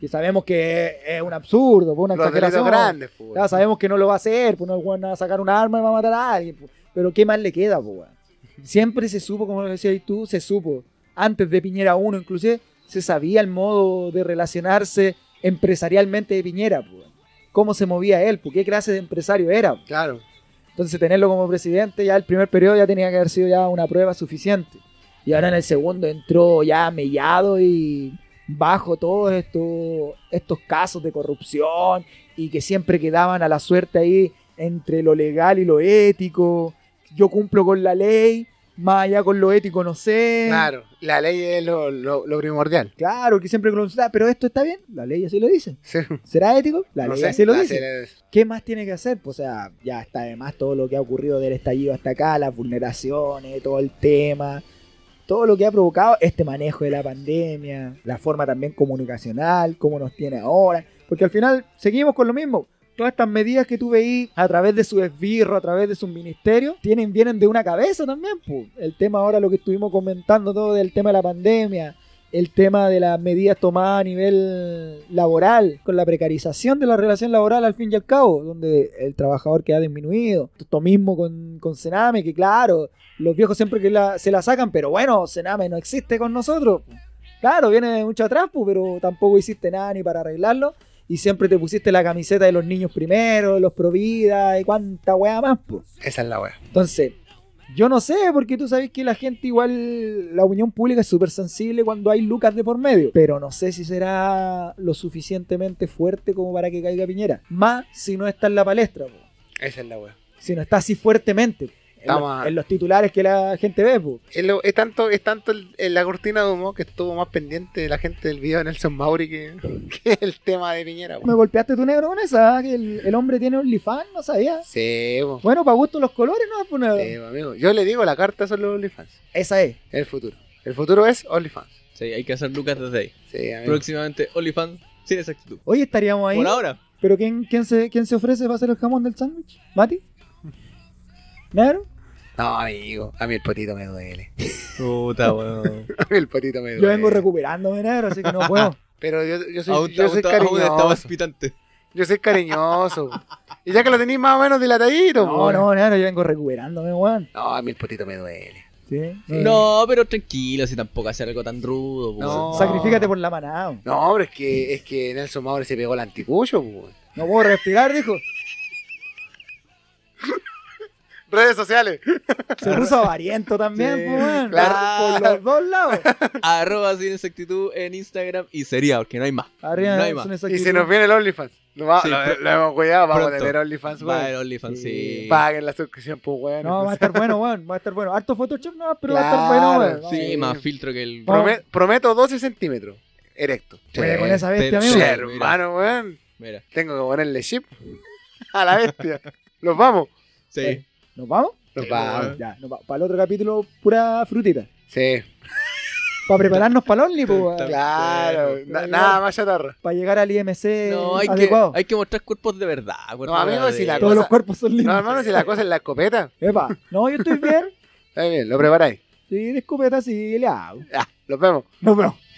Speaker 2: Que sabemos que es, es un absurdo, po, una
Speaker 1: Los delitos
Speaker 2: exageración.
Speaker 1: grandes, pues, pú.
Speaker 2: Ya sabemos que no lo va a hacer, pues no el weón va a sacar un arma y va a matar a alguien. pues. Pero ¿qué más le queda, pues, weón? Siempre se supo, como lo decías tú, se supo. Antes de Piñera 1, inclusive, se sabía el modo de relacionarse empresarialmente de Piñera, pues. weón. Cómo se movía él, pues, qué clase de empresario era. pues.
Speaker 1: Claro.
Speaker 2: Entonces, tenerlo como presidente, ya el primer periodo ya tenía que haber sido ya una prueba suficiente. Y ahora en el segundo entró ya mellado y bajo todos estos, estos casos de corrupción y que siempre quedaban a la suerte ahí entre lo legal y lo ético. Yo cumplo con la ley, más allá con lo ético no sé.
Speaker 1: Claro, la ley es lo, lo- lo primordial.
Speaker 2: Claro, que siempre consulta, pero esto está bien, la ley así lo dice.
Speaker 1: Sí.
Speaker 2: ¿Será ético? La
Speaker 1: No
Speaker 2: ley
Speaker 1: sé,
Speaker 2: así lo
Speaker 1: la-
Speaker 2: dice.
Speaker 1: se-
Speaker 2: ¿Qué más tiene que hacer? Pues, o sea, ya está además todo lo que ha ocurrido del estallido hasta acá, las vulneraciones, todo el tema, todo lo que ha provocado este manejo de la pandemia, la forma también comunicacional, cómo nos tiene ahora, porque al final seguimos con lo mismo. Todas estas medidas que tú veís a través de su esbirro, a través de sus ministerios, tienen, vienen de una cabeza también. pu. El tema ahora, lo que estuvimos comentando todo del tema de la pandemia, el tema de las medidas tomadas a nivel laboral, con la precarización de la relación laboral al fin y al cabo, donde el trabajador queda disminuido. Esto mismo con, con Sename, que claro, los viejos siempre que la- se la sacan, pero bueno, Sename no existe con nosotros. Claro, viene de mucho atrás, pues, pero tampoco hiciste nada ni para arreglarlo. Y siempre te pusiste la camiseta de los niños primero, de los Provida y cuánta weá más, pues.
Speaker 1: Esa es la wea.
Speaker 2: Entonces, yo no sé, porque tú sabes que la gente igual, la opinión pública es súper sensible cuando hay lucas de por medio. Pero no sé si será lo suficientemente fuerte como para que caiga Piñera. Más si no está en la palestra, po.
Speaker 1: Esa es la wea.
Speaker 2: si no está así fuertemente. po. En,
Speaker 1: Está
Speaker 2: los-
Speaker 1: mal.
Speaker 2: en los titulares que la gente ve, po.
Speaker 1: Es, lo- es tanto, es tanto el- el- la cortina de humo que estuvo más pendiente de la gente del video de Nelson Mauri que, que el tema de Piñera.
Speaker 2: Me
Speaker 1: weón.
Speaker 2: golpeaste tu negro con esa, ¿ah? que el, el hombre tiene OnlyFans, no sabía.
Speaker 1: Sí, po.
Speaker 2: Bueno, para gusto los colores, no Pues nada.
Speaker 1: Sí, po, amigo. Yo le digo, la carta son los OnlyFans.
Speaker 2: Esa es.
Speaker 1: El futuro. El futuro es OnlyFans.
Speaker 3: Sí, hay que hacer Lucas desde ahí.
Speaker 1: Sí, amigo.
Speaker 3: Próximamente, OnlyFans, sin exactitud.
Speaker 2: Hoy estaríamos ahí.
Speaker 3: Por ahora.
Speaker 2: ¿Pero quién, quién, se, quién se ofrece para hacer el jamón del sándwich? ¿Mati? ¿Negro?
Speaker 1: No, amigo. A mí el potito me duele.
Speaker 3: Puta, weón.
Speaker 1: A mí el potito me duele.
Speaker 2: Yo vengo recuperándome, negro, así que no puedo.
Speaker 1: Pero yo, yo soy,
Speaker 3: Aún
Speaker 1: yo soy
Speaker 3: aún- aún estaba
Speaker 1: cariñoso.
Speaker 3: hospitante.
Speaker 1: Yo soy cariñoso. po. y ya que lo tenéis más o menos dilatadito,
Speaker 2: No,
Speaker 1: po.
Speaker 2: no, negro, yo vengo recuperándome, weón.
Speaker 1: No, a mí el potito me duele.
Speaker 2: Sí.
Speaker 3: No, pero tranquilo, si tampoco hacer algo tan rudo. pues.
Speaker 1: No.
Speaker 2: Sacrifícate por la manada. weón.
Speaker 1: No, pero es que, es que Nelson Mauri se pegó el anticucho, po.
Speaker 2: No puedo respirar, dijo.
Speaker 1: Redes sociales.
Speaker 2: Se puso avariento también,
Speaker 3: Sí,
Speaker 2: pues, weón.
Speaker 1: claro.
Speaker 2: Por los dos lados.
Speaker 3: Arroba sin exactitud en Instagram y sería, porque no hay más.
Speaker 2: Arriba,
Speaker 3: no hay más.
Speaker 2: son esas
Speaker 1: Y se
Speaker 2: actitudes.
Speaker 1: nos viene el OnlyFans. Lo, va-
Speaker 3: Sí,
Speaker 1: lo-
Speaker 3: pr-
Speaker 1: lo hemos cuidado, vamos a
Speaker 3: pronto.
Speaker 1: tener OnlyFans,
Speaker 3: Va
Speaker 1: weón.
Speaker 3: el OnlyFans,
Speaker 2: Sí.
Speaker 3: sí.
Speaker 1: Paguen la suscripción, pues, weón.
Speaker 2: No, va a estar bueno, weón. Va a estar bueno. Harto Photoshop, no, pero va a estar
Speaker 1: Claro,
Speaker 2: bueno, weón.
Speaker 3: Sí,
Speaker 1: Sí.
Speaker 3: más filtro que el.
Speaker 2: Vamos.
Speaker 1: Prome- Prometo 12 centímetros. Erecto.
Speaker 2: Oye, con esa bestia,
Speaker 3: Pero-
Speaker 1: Sí,
Speaker 2: amigo.
Speaker 3: mira.
Speaker 1: hermano, weón.
Speaker 3: Mira,
Speaker 1: Tengo que ponerle chip a la bestia. Los vamos.
Speaker 3: sí.
Speaker 2: Eh. ¿Nos vamos? Ah,
Speaker 1: Los
Speaker 3: Sí,
Speaker 1: vamos.
Speaker 3: weón.
Speaker 2: Ya, nos vamos. Para el otro capítulo, pura frutita.
Speaker 1: Sí,
Speaker 2: Para prepararnos para el Only, pues,
Speaker 3: Está
Speaker 2: weón.
Speaker 3: bien.
Speaker 1: claro.
Speaker 3: Pero-
Speaker 1: Na- nada más chatarra.
Speaker 2: Para llegar al IMC
Speaker 3: No, hay que,
Speaker 2: Eh, adecuado.
Speaker 3: hay que mostrar cuerpos de verdad. cuerpos
Speaker 1: amigo,
Speaker 3: de-
Speaker 1: si la-
Speaker 2: Todos
Speaker 1: cosa-
Speaker 2: los cuerpos son
Speaker 1: No,
Speaker 2: lindos.
Speaker 1: hermano, si la cosa es la escopeta.
Speaker 2: Epa, no, yo estoy bien.
Speaker 1: Está bien, lo preparáis.
Speaker 2: assim, Sí, de escopeta sí le hago.
Speaker 1: Ya, los vemos.
Speaker 2: Nos vemos.